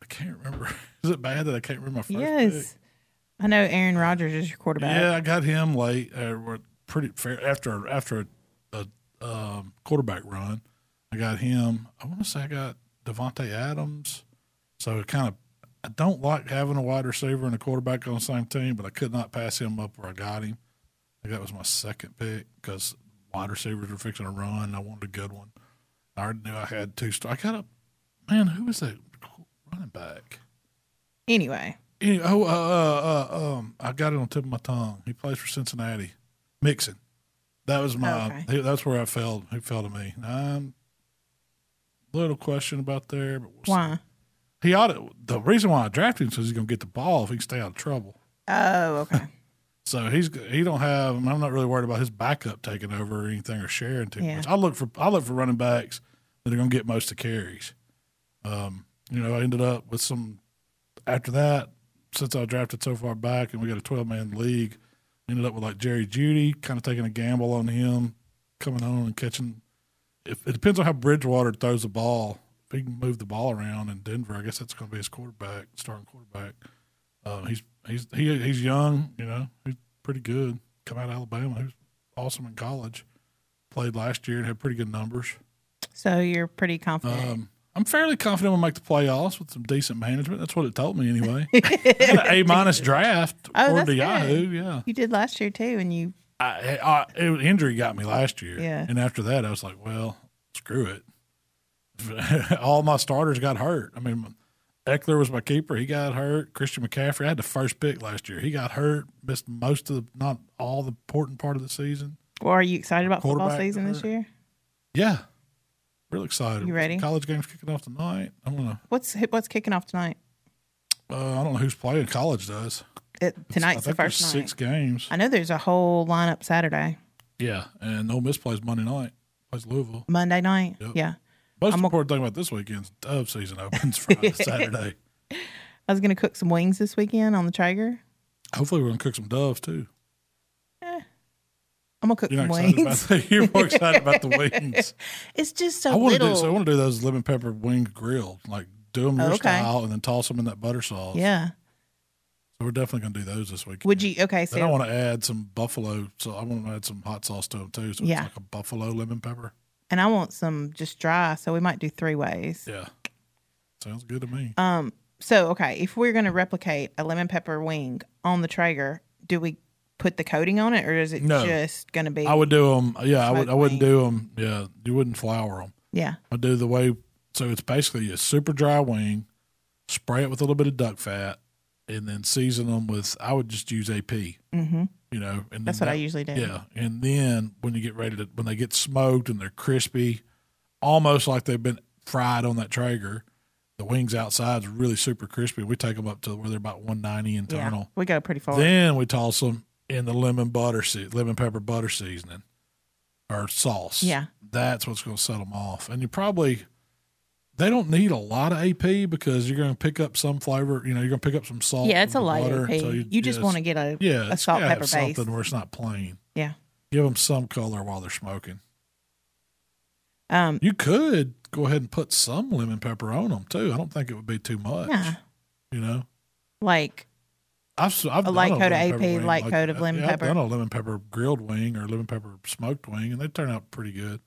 [SPEAKER 2] I can't remember. Is it bad that I can't remember my first? pick?
[SPEAKER 3] Yes. I know Aaron Rodgers is your quarterback.
[SPEAKER 2] Yeah, I got him late. Uh, we're pretty fair after after a, a um, quarterback run. I got him. I want to say I got Devonte Adams. So it kind of I don't like having a wide receiver and a quarterback on the same team, but I could not pass him up where I got him. I think that was my second pick because wide receivers were fixing a run. I wanted a good one. I already knew I had two. Star- I got a man. Who was that running back?
[SPEAKER 3] Anyway,
[SPEAKER 2] Any- oh, uh, uh, uh, um, I got it on the tip of my tongue. He plays for Cincinnati. Mixon. That was my.
[SPEAKER 3] Okay.
[SPEAKER 2] he- that's where I failed. He fell to me. Um, little question about there, but we'll see.
[SPEAKER 3] why?
[SPEAKER 2] he ought to, The reason why I drafted him is 'cause he's going to get the ball if he can stay out of trouble.
[SPEAKER 3] Oh, okay.
[SPEAKER 2] So he's he don't have. I'm not really worried about his backup taking over or anything or sharing too
[SPEAKER 3] Yeah.
[SPEAKER 2] much. I look for I look for running backs that are going to get most of the carries. Um, you know, I ended up with some after that. since I drafted so far back, and we got a twelve man league. Ended up with like Jerry Judy, kind of taking a gamble on him, coming on and catching. If, it depends on how Bridgewater throws the ball. If he can move the ball around in Denver, I guess that's going to be his quarterback, starting quarterback. Uh, he's he's he, he's young, you know. He's pretty good. Come out of Alabama. He was awesome in college. Played last year and had pretty good numbers.
[SPEAKER 3] So you're pretty confident.
[SPEAKER 2] Um, I'm fairly confident we'll make the playoffs with some decent management. That's what it told me anyway. I had an A minus draft
[SPEAKER 3] Oh,
[SPEAKER 2] or
[SPEAKER 3] that's
[SPEAKER 2] the
[SPEAKER 3] good.
[SPEAKER 2] Yahoo, yeah.
[SPEAKER 3] you did last year too, and you
[SPEAKER 2] I, I, it, was- injury got me last year.
[SPEAKER 3] Yeah.
[SPEAKER 2] And after that, I was like, well, screw it. All my starters got hurt. I mean, Eckler was my keeper. He got hurt. Christian McCaffrey, I had the first pick last year. He got hurt, missed most of the, not all the important part of the season.
[SPEAKER 3] or are you excited about football
[SPEAKER 2] Quarterback uh,
[SPEAKER 3] season this
[SPEAKER 2] or-
[SPEAKER 3] year?
[SPEAKER 2] Yeah. Real excited.
[SPEAKER 3] You ready?
[SPEAKER 2] College game's kicking off tonight. I'm going to,
[SPEAKER 3] What's what's kicking off tonight?
[SPEAKER 2] uh, I don't know who's playing. College does.
[SPEAKER 3] It,
[SPEAKER 2] I
[SPEAKER 3] tonight's the
[SPEAKER 2] think there's
[SPEAKER 3] first night.
[SPEAKER 2] six games.
[SPEAKER 3] I know there's a whole lineup Saturday,
[SPEAKER 2] Yeah. And Ole Miss plays Monday night, plays Louisville.
[SPEAKER 3] Monday night.
[SPEAKER 2] Yep.
[SPEAKER 3] Yeah,
[SPEAKER 2] Most
[SPEAKER 3] I'm a-
[SPEAKER 2] important thing about this weekend's dove season opens Friday, Saturday.
[SPEAKER 3] I was gonna cook some wings this weekend on the Traeger.
[SPEAKER 2] Hopefully, we're gonna cook some doves too.
[SPEAKER 3] I'm gonna cook
[SPEAKER 2] You're
[SPEAKER 3] some
[SPEAKER 2] not excited about
[SPEAKER 3] wings.
[SPEAKER 2] that. You're more excited about the wings.
[SPEAKER 3] It's just
[SPEAKER 2] I
[SPEAKER 3] so
[SPEAKER 2] want to
[SPEAKER 3] little.
[SPEAKER 2] do. So I want to do those lemon pepper wing grilled, like do them your
[SPEAKER 3] Oh, okay.
[SPEAKER 2] style, and then toss them in that butter sauce.
[SPEAKER 3] yeah.
[SPEAKER 2] So we're definitely gonna do those this weekend.
[SPEAKER 3] Would you? Okay.
[SPEAKER 2] Then I
[SPEAKER 3] So
[SPEAKER 2] want to add some buffalo. So I want to add some hot sauce to them too. So
[SPEAKER 3] Yeah.
[SPEAKER 2] it's like a buffalo lemon pepper.
[SPEAKER 3] and I want some just dry. So we might do three ways.
[SPEAKER 2] Yeah, sounds good to me.
[SPEAKER 3] Um. So okay, if we're gonna replicate a lemon pepper wing on the Traeger, do we put the coating on it, or is it
[SPEAKER 2] No.
[SPEAKER 3] just gonna be?
[SPEAKER 2] I would do them. Yeah, I would.
[SPEAKER 3] Smoked
[SPEAKER 2] I wouldn't do them. Yeah, you wouldn't flour them.
[SPEAKER 3] yeah.
[SPEAKER 2] I do the way so it's basically a super dry wing, spray it with a little bit of duck fat, and then season them with. I would just use AP,
[SPEAKER 3] Mm-hmm.
[SPEAKER 2] you know, and
[SPEAKER 3] That's
[SPEAKER 2] then
[SPEAKER 3] what I
[SPEAKER 2] that-
[SPEAKER 3] usually do.
[SPEAKER 2] Yeah, and then when you get ready to when they get smoked and they're crispy, almost like they've been fried on that Traeger. The wings outside's really super crispy. We take them up to where they're about 190
[SPEAKER 3] Yeah.
[SPEAKER 2] internal.
[SPEAKER 3] We go pretty far.
[SPEAKER 2] Then we toss them in the lemon butter, se- lemon pepper butter seasoning or sauce.
[SPEAKER 3] Yeah.
[SPEAKER 2] That's what's going to set them off. And you probably, they don't need a lot of AP because you're going to pick up some flavor. You know, you're going to pick up some salt.
[SPEAKER 3] yeah, it's a
[SPEAKER 2] from the
[SPEAKER 3] light
[SPEAKER 2] butter,
[SPEAKER 3] AP.
[SPEAKER 2] so
[SPEAKER 3] you, just
[SPEAKER 2] yeah,
[SPEAKER 3] want to
[SPEAKER 2] it's-
[SPEAKER 3] get a
[SPEAKER 2] yeah,
[SPEAKER 3] a
[SPEAKER 2] it's
[SPEAKER 3] salt
[SPEAKER 2] gotta have
[SPEAKER 3] pepper base.
[SPEAKER 2] something where it's not plain.
[SPEAKER 3] Yeah.
[SPEAKER 2] Give them some color while they're smoking.
[SPEAKER 3] Um.
[SPEAKER 2] You could go ahead and put some lemon pepper on them too. I don't think it would be too much.
[SPEAKER 3] Yeah.
[SPEAKER 2] You know,
[SPEAKER 3] Like
[SPEAKER 2] I've, s- I've
[SPEAKER 3] A
[SPEAKER 2] done
[SPEAKER 3] light
[SPEAKER 2] lemon
[SPEAKER 3] coat of AP,
[SPEAKER 2] pepper wing
[SPEAKER 3] light coat of
[SPEAKER 2] that.
[SPEAKER 3] lemon
[SPEAKER 2] Yeah,
[SPEAKER 3] pepper.
[SPEAKER 2] I've done a lemon pepper grilled wing or lemon pepper smoked wing, and they turn out pretty good.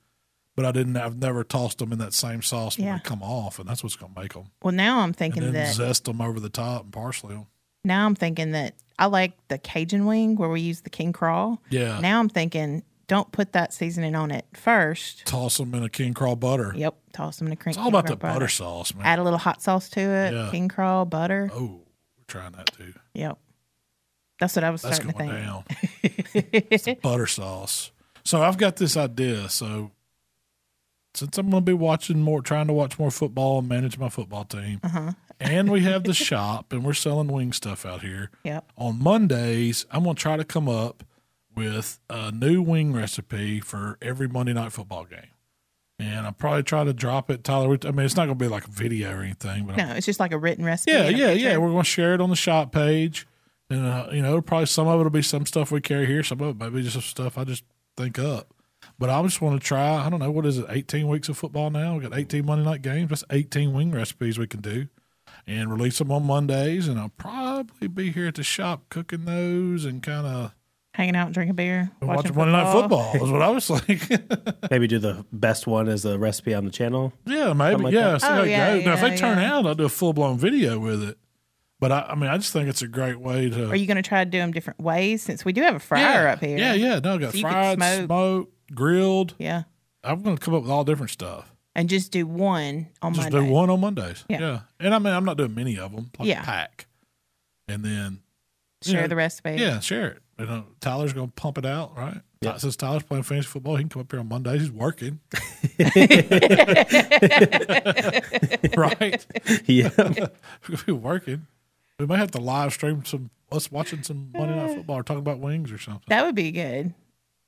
[SPEAKER 2] But I didn't. I've never tossed them in that same sauce when
[SPEAKER 3] Yeah.
[SPEAKER 2] they come off, and that's what's going to make them.
[SPEAKER 3] well, now I'm
[SPEAKER 2] And
[SPEAKER 3] thinking
[SPEAKER 2] then
[SPEAKER 3] that
[SPEAKER 2] zest them over the top and parsley them.
[SPEAKER 3] now I'm thinking that I like the Cajun wing where we use the king crawl.
[SPEAKER 2] Yeah,
[SPEAKER 3] Now I'm thinking don't put that seasoning on it first.
[SPEAKER 2] toss them in a king crawl butter.
[SPEAKER 3] Yep, toss them in a crank.
[SPEAKER 2] It's all about the butter, sauce, man.
[SPEAKER 3] Add a little hot sauce to it.
[SPEAKER 2] Yeah.
[SPEAKER 3] King crawl butter.
[SPEAKER 2] oh, we're trying that too.
[SPEAKER 3] Yep, that's what I was
[SPEAKER 2] That's
[SPEAKER 3] starting to
[SPEAKER 2] going down.
[SPEAKER 3] think.
[SPEAKER 2] It's the butter sauce. So I've got this idea. So since I'm going to be watching more, trying to watch more football and manage my football team,
[SPEAKER 3] Uh-huh.
[SPEAKER 2] and we have the shop and we're selling wing stuff out here.
[SPEAKER 3] Yep.
[SPEAKER 2] On Mondays, I'm going to try to come up with a new wing recipe for every Monday night football game. And I'll probably try to drop it, Tyler. we- I mean, it's not going to be like a video or anything, but I'm
[SPEAKER 3] No, it's just like a written recipe.
[SPEAKER 2] yeah,
[SPEAKER 3] and a
[SPEAKER 2] yeah, yeah.
[SPEAKER 3] picture.
[SPEAKER 2] We're going to share it on the shop page, and uh, you know, probably some of it'll be some stuff we carry here, some of it maybe just some stuff I just think up. But I just want to try. I don't know what is it. Eighteen weeks of football now. We got eighteen Monday night games. That's eighteen wing recipes we can do, and release them on Mondays. And I'll probably be here at the shop cooking those and kind of
[SPEAKER 3] Hanging out, drinking beer,
[SPEAKER 2] watching Monday night football. Is what I was thinking.
[SPEAKER 4] Maybe do the best one as a recipe on the channel.
[SPEAKER 2] Yeah, maybe.
[SPEAKER 4] like
[SPEAKER 2] yeah,
[SPEAKER 4] that.
[SPEAKER 2] see
[SPEAKER 3] Oh,
[SPEAKER 2] how it
[SPEAKER 3] yeah,
[SPEAKER 2] goes. now, if
[SPEAKER 3] yeah,
[SPEAKER 2] they turn
[SPEAKER 3] yeah.
[SPEAKER 2] out, I'll do a full blown video with it. But I, I mean, I just think it's a great way to.
[SPEAKER 3] Are you going to try to do them different ways since we do have a fryer
[SPEAKER 2] yeah.
[SPEAKER 3] up here?
[SPEAKER 2] Yeah, yeah. No, I got
[SPEAKER 3] So you could
[SPEAKER 2] fried,
[SPEAKER 3] smoke.
[SPEAKER 2] smoked, grilled.
[SPEAKER 3] Yeah.
[SPEAKER 2] I'm going to come up with all different stuff.
[SPEAKER 3] And just do one on
[SPEAKER 2] Just
[SPEAKER 3] Monday.
[SPEAKER 2] do one on Mondays.
[SPEAKER 3] Yeah.
[SPEAKER 2] Yeah. And I mean, I'm not doing many of them. Like
[SPEAKER 3] Yeah.
[SPEAKER 2] a pack. And then,
[SPEAKER 3] Share
[SPEAKER 2] Yeah.
[SPEAKER 3] the recipe.
[SPEAKER 2] yeah, share it. You know, Tyler's going to pump it out, right?
[SPEAKER 4] Yeah.
[SPEAKER 2] Since Tyler's playing fantasy football, he can come up here on Mondays. He's working, right?
[SPEAKER 4] yeah.
[SPEAKER 2] We'll be working. We might have to
[SPEAKER 3] Uh.
[SPEAKER 2] live stream some us watching some Monday Night Football or talking about wings or something.
[SPEAKER 3] That would be good.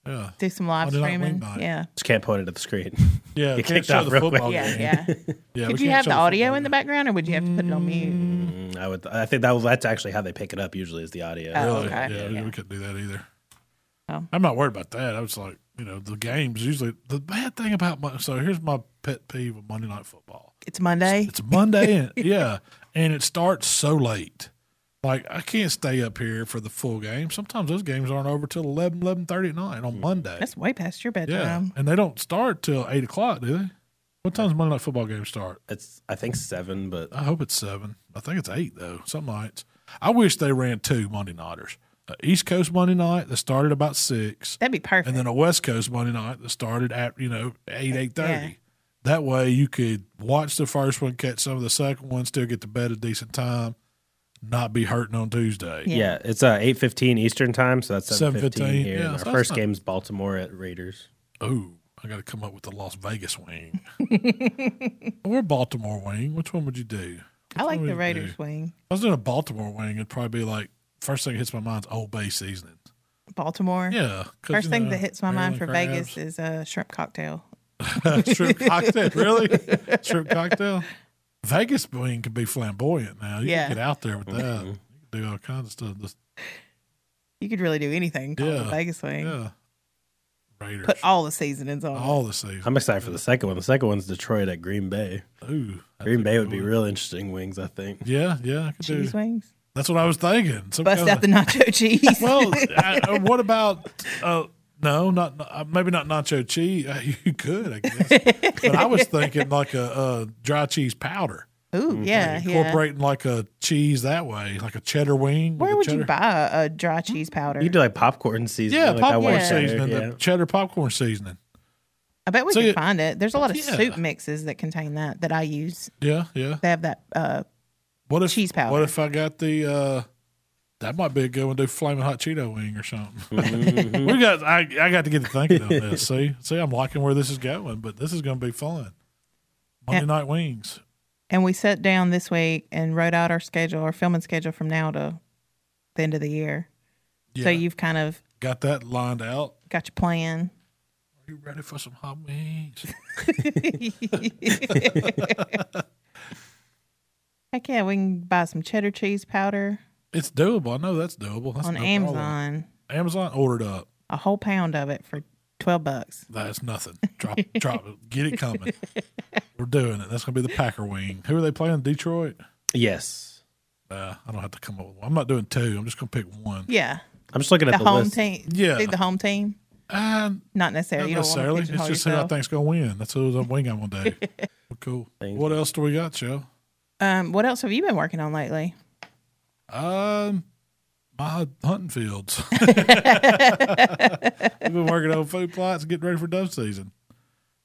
[SPEAKER 2] Yeah.
[SPEAKER 3] Do some live
[SPEAKER 2] Oh, did I
[SPEAKER 3] streaming.
[SPEAKER 2] wing bite?
[SPEAKER 3] Yeah.
[SPEAKER 4] Just can't point it at the screen.
[SPEAKER 2] Yeah.
[SPEAKER 4] Get
[SPEAKER 2] can't
[SPEAKER 4] kicked
[SPEAKER 2] show
[SPEAKER 4] off
[SPEAKER 2] the
[SPEAKER 4] real quick.
[SPEAKER 2] football game.
[SPEAKER 3] Yeah. Yeah.
[SPEAKER 2] Yeah, we
[SPEAKER 3] Could you
[SPEAKER 2] can't
[SPEAKER 3] have
[SPEAKER 2] show
[SPEAKER 3] the audio
[SPEAKER 2] football
[SPEAKER 3] in the
[SPEAKER 2] game.
[SPEAKER 3] background or would you have to put it on mute?
[SPEAKER 4] Mm, I would. I think that was, that's actually how they pick it up usually is the audio.
[SPEAKER 3] Oh.
[SPEAKER 2] Really?
[SPEAKER 3] okay.
[SPEAKER 2] Yeah,
[SPEAKER 3] Yeah.
[SPEAKER 2] we couldn't do that either.
[SPEAKER 3] Oh.
[SPEAKER 2] I'm not worried about that. I was like, you know, the games usually the bad thing about Mon so here's my pet peeve of Monday night football.
[SPEAKER 3] It's Monday.
[SPEAKER 2] It's Monday, and, yeah, and it starts so late. Like I can't stay up here for the full game. Sometimes those games aren't over till 11, 11.30 at night on Monday.
[SPEAKER 3] That's way past your
[SPEAKER 2] yeah,
[SPEAKER 3] bedtime.
[SPEAKER 2] and they don't start till eight o'clock, do they? What time's Monday night football games start?
[SPEAKER 4] It's I think seven, but uh,
[SPEAKER 2] I hope it's seven. I think it's eight though. Some nights. I wish they ran two Monday nighters. A East Coast Monday night that started about six,
[SPEAKER 3] That'd be perfect.
[SPEAKER 2] and then a West Coast Monday night that started at you know eight eight thirty.
[SPEAKER 3] Yeah.
[SPEAKER 2] That way you could watch the first one, catch some of the second one, still get to bed at a decent time, not be hurting on Tuesday.
[SPEAKER 3] Yeah.
[SPEAKER 4] yeah, it's uh eight fifteen Eastern time, so that's seven
[SPEAKER 2] 7:15,
[SPEAKER 4] fifteen here.
[SPEAKER 2] yeah,
[SPEAKER 4] and our
[SPEAKER 2] so that's
[SPEAKER 4] first
[SPEAKER 2] not-
[SPEAKER 4] game's Baltimore at Raiders.
[SPEAKER 2] Oh, I got to come up with the Las Vegas wing or Baltimore wing. Which one would you do?
[SPEAKER 3] I like
[SPEAKER 2] what
[SPEAKER 3] the
[SPEAKER 2] we
[SPEAKER 3] Raiders wing.
[SPEAKER 2] If I was doing a Baltimore wing, it'd probably be like first thing that hits my mind is Old Bay seasoning.
[SPEAKER 3] Baltimore.
[SPEAKER 2] Yeah. 'cause,
[SPEAKER 3] First
[SPEAKER 2] you
[SPEAKER 3] thing
[SPEAKER 2] know,
[SPEAKER 3] that hits my mind for
[SPEAKER 2] Maryland
[SPEAKER 3] Vegas is a shrimp cocktail.
[SPEAKER 2] crabs. shrimp cocktail. Really? shrimp cocktail? Vegas wing can be flamboyant now. You
[SPEAKER 3] Yeah.
[SPEAKER 2] can get out there with
[SPEAKER 4] Mm-hmm.
[SPEAKER 2] that. You can do all kinds of stuff. Just-
[SPEAKER 3] You could really do anything called
[SPEAKER 2] Yeah.
[SPEAKER 3] a Vegas wing.
[SPEAKER 2] yeah. Raiders.
[SPEAKER 3] Put all the seasonings on.
[SPEAKER 2] all the season.
[SPEAKER 4] I'm excited for the second one. The second one's Detroit at Green Bay.
[SPEAKER 2] Ooh. that's
[SPEAKER 4] Green
[SPEAKER 2] a
[SPEAKER 4] Bay
[SPEAKER 2] good
[SPEAKER 4] would be
[SPEAKER 2] one.
[SPEAKER 4] real interesting wings, I think.
[SPEAKER 2] Yeah, yeah. I could
[SPEAKER 3] cheese
[SPEAKER 2] do. Oh,
[SPEAKER 3] wings.
[SPEAKER 2] That's what I was thinking. Some
[SPEAKER 3] Bust
[SPEAKER 2] kinda-
[SPEAKER 3] out the nacho cheese.
[SPEAKER 2] Well, I, I- what about? Uh, no, not uh, maybe not nacho cheese. Uh, you could, I guess. but I was thinking like a, uh dry cheese powder,
[SPEAKER 3] Ooh, yeah,
[SPEAKER 2] Mm-hmm.
[SPEAKER 3] yeah.
[SPEAKER 2] incorporating like a cheese that way, like a cheddar wing. with
[SPEAKER 3] Where
[SPEAKER 2] a
[SPEAKER 3] would you
[SPEAKER 2] cheddar,
[SPEAKER 3] buy a dry cheese powder?
[SPEAKER 4] You could do like popcorn seasoning.
[SPEAKER 2] Yeah,
[SPEAKER 4] like that
[SPEAKER 2] popcorn
[SPEAKER 4] one
[SPEAKER 3] Yeah.
[SPEAKER 4] cheddar,
[SPEAKER 2] seasoning,
[SPEAKER 4] yeah.
[SPEAKER 2] the cheddar popcorn seasoning.
[SPEAKER 3] I bet we
[SPEAKER 2] So
[SPEAKER 3] could
[SPEAKER 2] you-
[SPEAKER 3] find it. There's a lot of
[SPEAKER 2] Yeah.
[SPEAKER 3] soup mixes that contain that that I use.
[SPEAKER 2] Yeah, yeah.
[SPEAKER 3] They have that. Uh,
[SPEAKER 2] What if
[SPEAKER 3] Cheese powder.
[SPEAKER 2] What if I got the? uh that might be a good one. Do flaming hot Cheeto wing or something. we got. I, I got to get to thinking on this. See, see, I'm liking where this is going, but this is going to be fun. Monday
[SPEAKER 3] Yeah.
[SPEAKER 2] night wings.
[SPEAKER 3] and we sat down this week and wrote out our schedule, our filming schedule from now to the end of the year. So
[SPEAKER 2] Yeah.
[SPEAKER 3] you've kind of
[SPEAKER 2] Got that lined out.
[SPEAKER 3] got your plan.
[SPEAKER 2] Are you ready for some hot wings?
[SPEAKER 3] Heck yeah, we can buy some cheddar cheese powder
[SPEAKER 2] it's doable. I know that's doable. That's
[SPEAKER 3] on
[SPEAKER 2] no problem.
[SPEAKER 3] Amazon.
[SPEAKER 2] Amazon ordered up.
[SPEAKER 3] A whole pound of it for twelve bucks.
[SPEAKER 2] That's nothing. Drop, drop it. Get it coming. We're doing it. That's gonna be the Packer wing. Who are they playing? Detroit.
[SPEAKER 4] Yes.
[SPEAKER 2] Uh, I don't have to come up. with one. I'm not doing two. I'm just gonna pick one.
[SPEAKER 3] Yeah,
[SPEAKER 4] I'm just looking
[SPEAKER 3] the
[SPEAKER 4] at the,
[SPEAKER 3] home
[SPEAKER 4] list.
[SPEAKER 3] team.
[SPEAKER 2] Yeah.
[SPEAKER 3] do the home team.
[SPEAKER 2] And
[SPEAKER 3] Not necessarily.
[SPEAKER 2] not
[SPEAKER 3] you don't
[SPEAKER 2] necessarily.
[SPEAKER 3] Want
[SPEAKER 2] It's
[SPEAKER 3] to
[SPEAKER 2] just
[SPEAKER 3] pigeonhole
[SPEAKER 2] who I think's
[SPEAKER 3] yourself.
[SPEAKER 2] gonna win. That's who the wing I'm gonna do. Well, cool.
[SPEAKER 4] Thank
[SPEAKER 2] what
[SPEAKER 4] you.
[SPEAKER 2] else do we got, Joe?
[SPEAKER 3] Um, what else have you been working on lately?
[SPEAKER 2] Um, my hunting fields. We've been working on food plots, getting ready for dove season.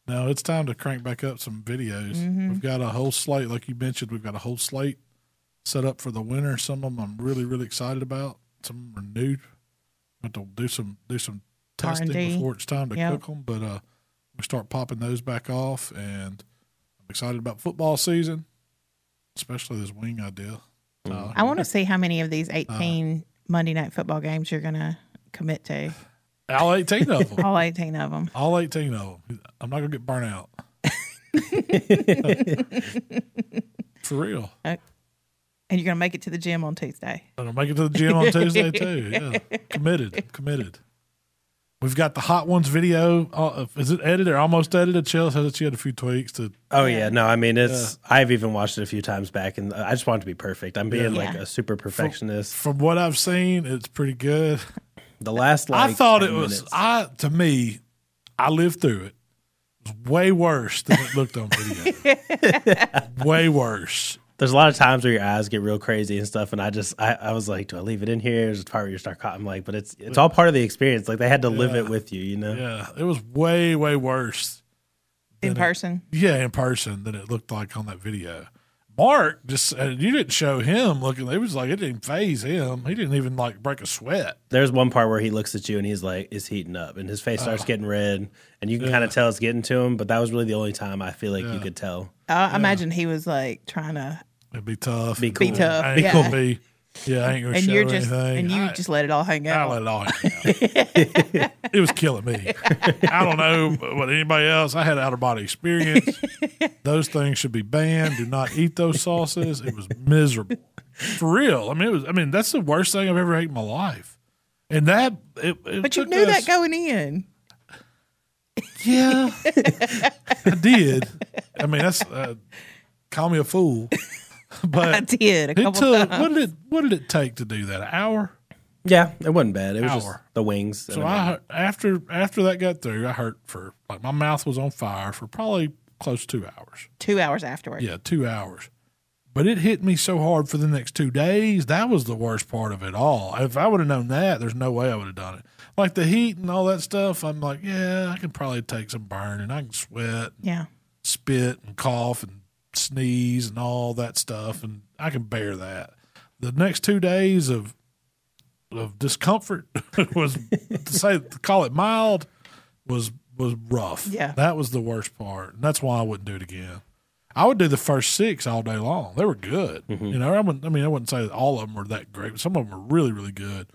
[SPEAKER 2] Now it's time to crank back up some videos. We've got a whole slate, like you mentioned. We've got a whole slate set up for the winter. Some of them I'm really, really excited about. Some of 'em are new. Got to do some do some testing
[SPEAKER 3] R&D.
[SPEAKER 2] before it's time to
[SPEAKER 3] Yep.
[SPEAKER 2] cook 'em. cook them. But uh, we start popping those back off, and I'm excited about football season, especially this wing idea. Uh,
[SPEAKER 3] I want to see how many of these
[SPEAKER 2] Uh-huh.
[SPEAKER 3] 18 Monday night football games you're going to commit to.
[SPEAKER 2] all 18 of them.
[SPEAKER 3] All 18 of them.
[SPEAKER 2] All 18 of them. I'm not going to get burnt out. For real.
[SPEAKER 3] And you're going to make it to the gym on Tuesday.
[SPEAKER 2] And I'll make it to the gym on Tuesday, too. Yeah. Committed. Committed. We've got the Hot Ones video. Uh, is it edited or almost edited? Chill says that she had a few tweaks to.
[SPEAKER 4] Oh yeah, no, I mean it's. I've even watched it a few times back, and I just want it to be perfect. I'm being like
[SPEAKER 3] Yeah.
[SPEAKER 4] a super perfectionist.
[SPEAKER 2] From what I've seen, it's pretty good.
[SPEAKER 4] The last, like,
[SPEAKER 2] I thought it
[SPEAKER 4] 10
[SPEAKER 2] was.
[SPEAKER 4] minutes-
[SPEAKER 2] I to me, I lived through it. It was way worse than it looked on video. way worse.
[SPEAKER 4] There's a lot of times where your eyes get real crazy and stuff, and I just I, I was like, do I leave it in here? Is it part where you start caught? I'm like, but it's it's all part of the experience. Like they had to live it with you, you know.
[SPEAKER 2] Yeah, it was way way worse.
[SPEAKER 3] In person.
[SPEAKER 2] yeah, in person than it looked like on that video. Mark just uh, you didn't show him looking. It was like it didn't phase him. He didn't even like break a sweat.
[SPEAKER 4] There's one part where he looks at you and he's like, is heating up, and his face starts getting red, and you can kind of tell it's getting to him. But that was really the only time I feel like you could tell.
[SPEAKER 3] I I imagine he was like trying to
[SPEAKER 2] It'd be tough.
[SPEAKER 4] Be cool.
[SPEAKER 3] tough.
[SPEAKER 2] I
[SPEAKER 3] Be
[SPEAKER 2] ain't
[SPEAKER 3] cool.
[SPEAKER 2] gonna be Yeah, I ain't gonna
[SPEAKER 3] and
[SPEAKER 2] show
[SPEAKER 3] you're just
[SPEAKER 2] anything.
[SPEAKER 3] and you
[SPEAKER 2] I-
[SPEAKER 3] just let it all hang
[SPEAKER 2] I
[SPEAKER 3] out.
[SPEAKER 2] let it all hang out. it was killing me. I don't know what anybody else. I had out of body experience. Those things should be banned. Do not eat those sauces. It was miserable. For real. I mean, it was. I mean, that's the worst thing I've ever ate in my life. And that, it, it
[SPEAKER 3] but you
[SPEAKER 2] took
[SPEAKER 3] knew
[SPEAKER 2] us-
[SPEAKER 3] that going in.
[SPEAKER 2] Yeah, I did. I mean, that's uh, call me a fool,
[SPEAKER 3] I
[SPEAKER 2] but
[SPEAKER 3] did a
[SPEAKER 2] it
[SPEAKER 3] couple
[SPEAKER 2] took.
[SPEAKER 3] times.
[SPEAKER 2] What did it? What did it take to do that? An hour.
[SPEAKER 4] Yeah, it wasn't bad. It was just
[SPEAKER 2] Hour.
[SPEAKER 4] the wings.
[SPEAKER 2] So I hurt- after after that got through, I hurt for like my mouth was on fire for probably close to two hours.
[SPEAKER 3] Two hours afterwards.
[SPEAKER 2] Yeah, two hours. But it hit me so hard for the next two days. That was the worst part of it all. If I would have known that, there's no way I would have done it. Like the heat and all that stuff, I'm like, yeah, I can probably take some burn and I can sweat,
[SPEAKER 3] Yeah.
[SPEAKER 2] spit, and cough and sneeze and all that stuff, and I can bear that. The next two days of of discomfort was to say to call it mild was was rough.
[SPEAKER 3] Yeah.
[SPEAKER 2] that was the worst part, and that's why I wouldn't do it again. I would do the first six all day long. They were good. You know, I wouldn't. I mean, I wouldn't say that all of them were that great. But some of them were really, really good.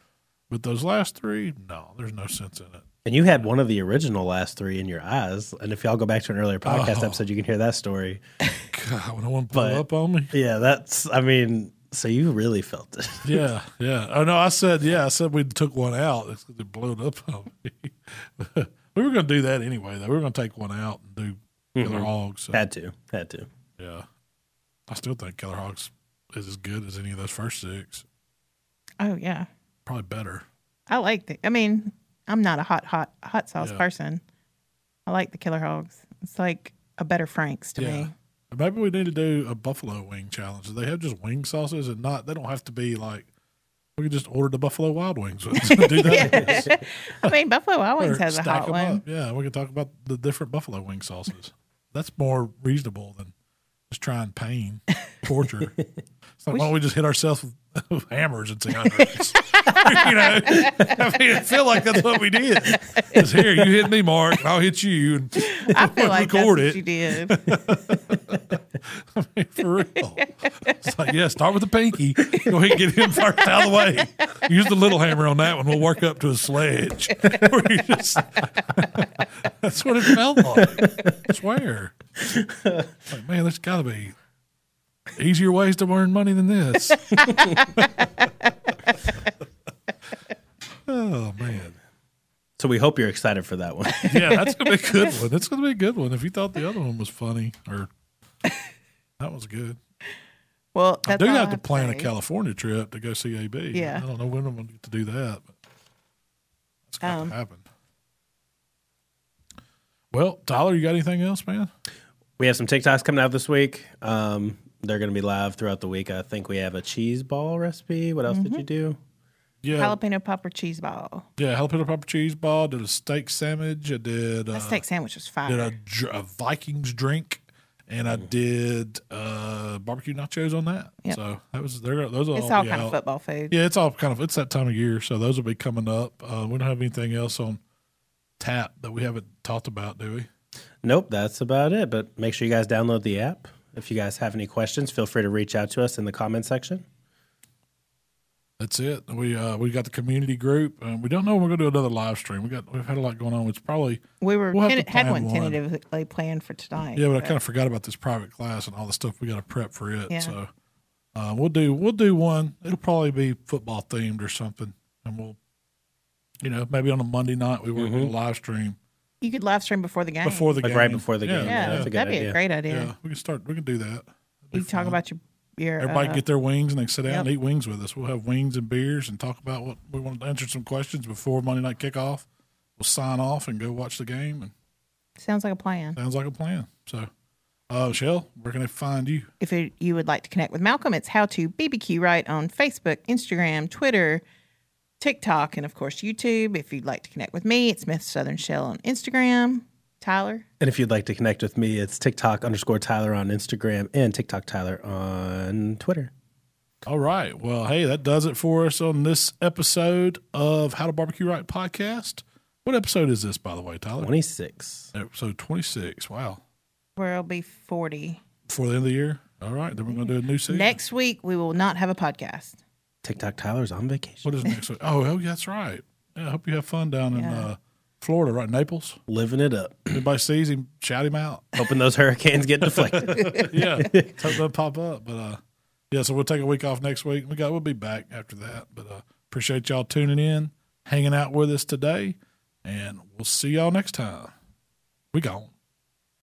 [SPEAKER 2] But those last three, no, there's no sense in it.
[SPEAKER 4] and you had one of the original last three in your eyes. And if y'all go back to an earlier podcast episode, you can hear that story.
[SPEAKER 2] God, when I want to pull
[SPEAKER 4] But-
[SPEAKER 2] up on me.
[SPEAKER 4] Yeah, that's. I mean, so you really felt it.
[SPEAKER 2] Yeah, yeah. Oh no, I said yeah. I said we took one out. It's 'cause it blew it up on me. we were going to do that anyway. Though we were going to take one out and do Killer Hogs. So,
[SPEAKER 4] had to, had to.
[SPEAKER 2] yeah, I still think Killer Hogs is as good as any of those first six.
[SPEAKER 3] Oh yeah.
[SPEAKER 2] Probably better.
[SPEAKER 3] I like the. I mean, I'm not a hot hot hot sauce
[SPEAKER 2] Yeah.
[SPEAKER 3] person. I like the killer hogs. It's like a better Frank's to
[SPEAKER 2] Yeah.
[SPEAKER 3] me.
[SPEAKER 2] Maybe we need to do a buffalo wing challenge. They have just wing sauces and not. They don't have to be like. We could just order the buffalo wild wings. do that.
[SPEAKER 3] I mean, Buffalo Wild Wings
[SPEAKER 2] Or
[SPEAKER 3] has a
[SPEAKER 2] stack
[SPEAKER 3] hot
[SPEAKER 2] 'em
[SPEAKER 3] one.
[SPEAKER 2] Up. Yeah, we can talk about the different buffalo wing sauces. That's more reasonable than just trying pain, torture. It's like, why don't we just hit ourselves with, with hammers and say, "I know this." you know, I mean, I feel like that's what we did. It's here, you hit me, Mark, and I'll hit you. And
[SPEAKER 3] I feel like that's
[SPEAKER 2] record
[SPEAKER 3] what
[SPEAKER 2] it.
[SPEAKER 3] you did.
[SPEAKER 2] for real, it's like, yeah, start with the pinky. Go ahead and get him first out of the way. Use the little hammer on that one. We'll work up to a sledge. Where you just- that's what it felt like. I swear. Like, man, there's got to be easier ways to earn money than this. oh, man.
[SPEAKER 4] So we hope you're excited for that one.
[SPEAKER 2] Yeah, that's gonna be a good one. That's gonna be a good one. If you thought the other one was funny or that was good,
[SPEAKER 3] Well, that's
[SPEAKER 2] I do
[SPEAKER 3] all
[SPEAKER 2] have to plan
[SPEAKER 3] say.
[SPEAKER 2] a California trip to go see AB.
[SPEAKER 3] Yeah.
[SPEAKER 2] I don't know when I'm gonna get to do that, but it's got
[SPEAKER 3] Um,
[SPEAKER 2] to happen. Well, Tyler, you got anything else, man?
[SPEAKER 4] we have some TikToks coming out this week. Um, they're going to be live throughout the week. I think we have a cheese ball recipe. What else did you do?
[SPEAKER 2] Yeah,
[SPEAKER 3] Jalapeno popper cheese ball.
[SPEAKER 2] yeah. Jalapeno pepper cheese ball. Did a steak sandwich. I did. Uh,
[SPEAKER 3] That steak sandwich was fire.
[SPEAKER 2] did a, dr- a Vikings drink, and I did uh, barbecue nachos on that.
[SPEAKER 3] Yep.
[SPEAKER 2] So that was there. Those are
[SPEAKER 3] it's all
[SPEAKER 2] be
[SPEAKER 3] kind of
[SPEAKER 2] out.
[SPEAKER 3] football food.
[SPEAKER 2] Yeah, it's all kind of it's that time of year, so those will be coming up. Uh, we don't have anything else on tap that we haven't talked about, do we?
[SPEAKER 4] Nope, that's about it. But make sure you guys download the app. If you guys have any questions, feel free to reach out to us in the comment section.
[SPEAKER 2] That's it. We uh, we got the community group, and we don't know when we're going to do another live stream. We got we've had a lot going on. It's probably
[SPEAKER 3] We were
[SPEAKER 2] We'll have
[SPEAKER 3] ten-
[SPEAKER 2] to
[SPEAKER 3] had
[SPEAKER 2] plan
[SPEAKER 3] one,
[SPEAKER 2] one.
[SPEAKER 3] tentatively planned for tonight.
[SPEAKER 2] yeah, but I kind of forgot about this private class and all the stuff we got to prep for it.
[SPEAKER 3] Yeah.
[SPEAKER 2] So uh, we'll do we'll do one. It'll probably be football themed or something, and we'll you know maybe on a Monday night we will do a live stream
[SPEAKER 3] you could live stream before the game.
[SPEAKER 2] before the
[SPEAKER 4] Mm-hmm. Like
[SPEAKER 2] game,
[SPEAKER 4] right before the game.
[SPEAKER 3] yeah,
[SPEAKER 4] that's a good
[SPEAKER 3] that'd be
[SPEAKER 4] idea.
[SPEAKER 3] a great
[SPEAKER 2] yeah.
[SPEAKER 3] idea.
[SPEAKER 2] Yeah, we can start. We can do that.
[SPEAKER 3] You talk about your your
[SPEAKER 2] Everybody
[SPEAKER 3] uh,
[SPEAKER 2] get their wings and they can sit down and
[SPEAKER 3] Yep.
[SPEAKER 2] eat wings with us. We'll have wings and beers and talk about what we want to answer some questions before Monday night kickoff. We'll sign off and go watch the game. And
[SPEAKER 3] sounds like a plan.
[SPEAKER 2] sounds like a plan. So, uh, Shell, where can they find you?
[SPEAKER 3] If it, you would like to connect with Malcolm, it's how to BBQ right on Facebook, Instagram, Twitter, TikTok, and of course YouTube. If you'd like to connect with me, it's Smith Southern Shell on Instagram. Tyler,
[SPEAKER 4] And if you'd like to connect with me, it's TikTok underscore Tyler on Instagram and TikTok Tyler on Twitter.
[SPEAKER 2] All right. Well, hey, that does it for us on this episode of How to Barbecue Right podcast. What episode is this, by the way, Tyler?
[SPEAKER 4] 26.
[SPEAKER 2] Episode 26. Wow.
[SPEAKER 3] we'll be forty
[SPEAKER 2] Before the end of the year? All right. Then we're going to do a new season.
[SPEAKER 3] next week. We will not have a podcast.
[SPEAKER 4] TikTok Tyler's on vacation.
[SPEAKER 2] What is next week? Oh, hell yeah, that's right. Yeah, I hope you have fun down in
[SPEAKER 3] Yeah.
[SPEAKER 2] uh, Florida, right? Naples.
[SPEAKER 4] Living it up.
[SPEAKER 2] Everybody sees him, shout him out.
[SPEAKER 4] Hoping those hurricanes get deflected.
[SPEAKER 2] yeah, let's hope they'll pop up. But uh, yeah, so we'll take a week off next week. We got we'll be back after that. But uh, appreciate y'all tuning in, hanging out with us today, and we'll see y'all next time. We gone.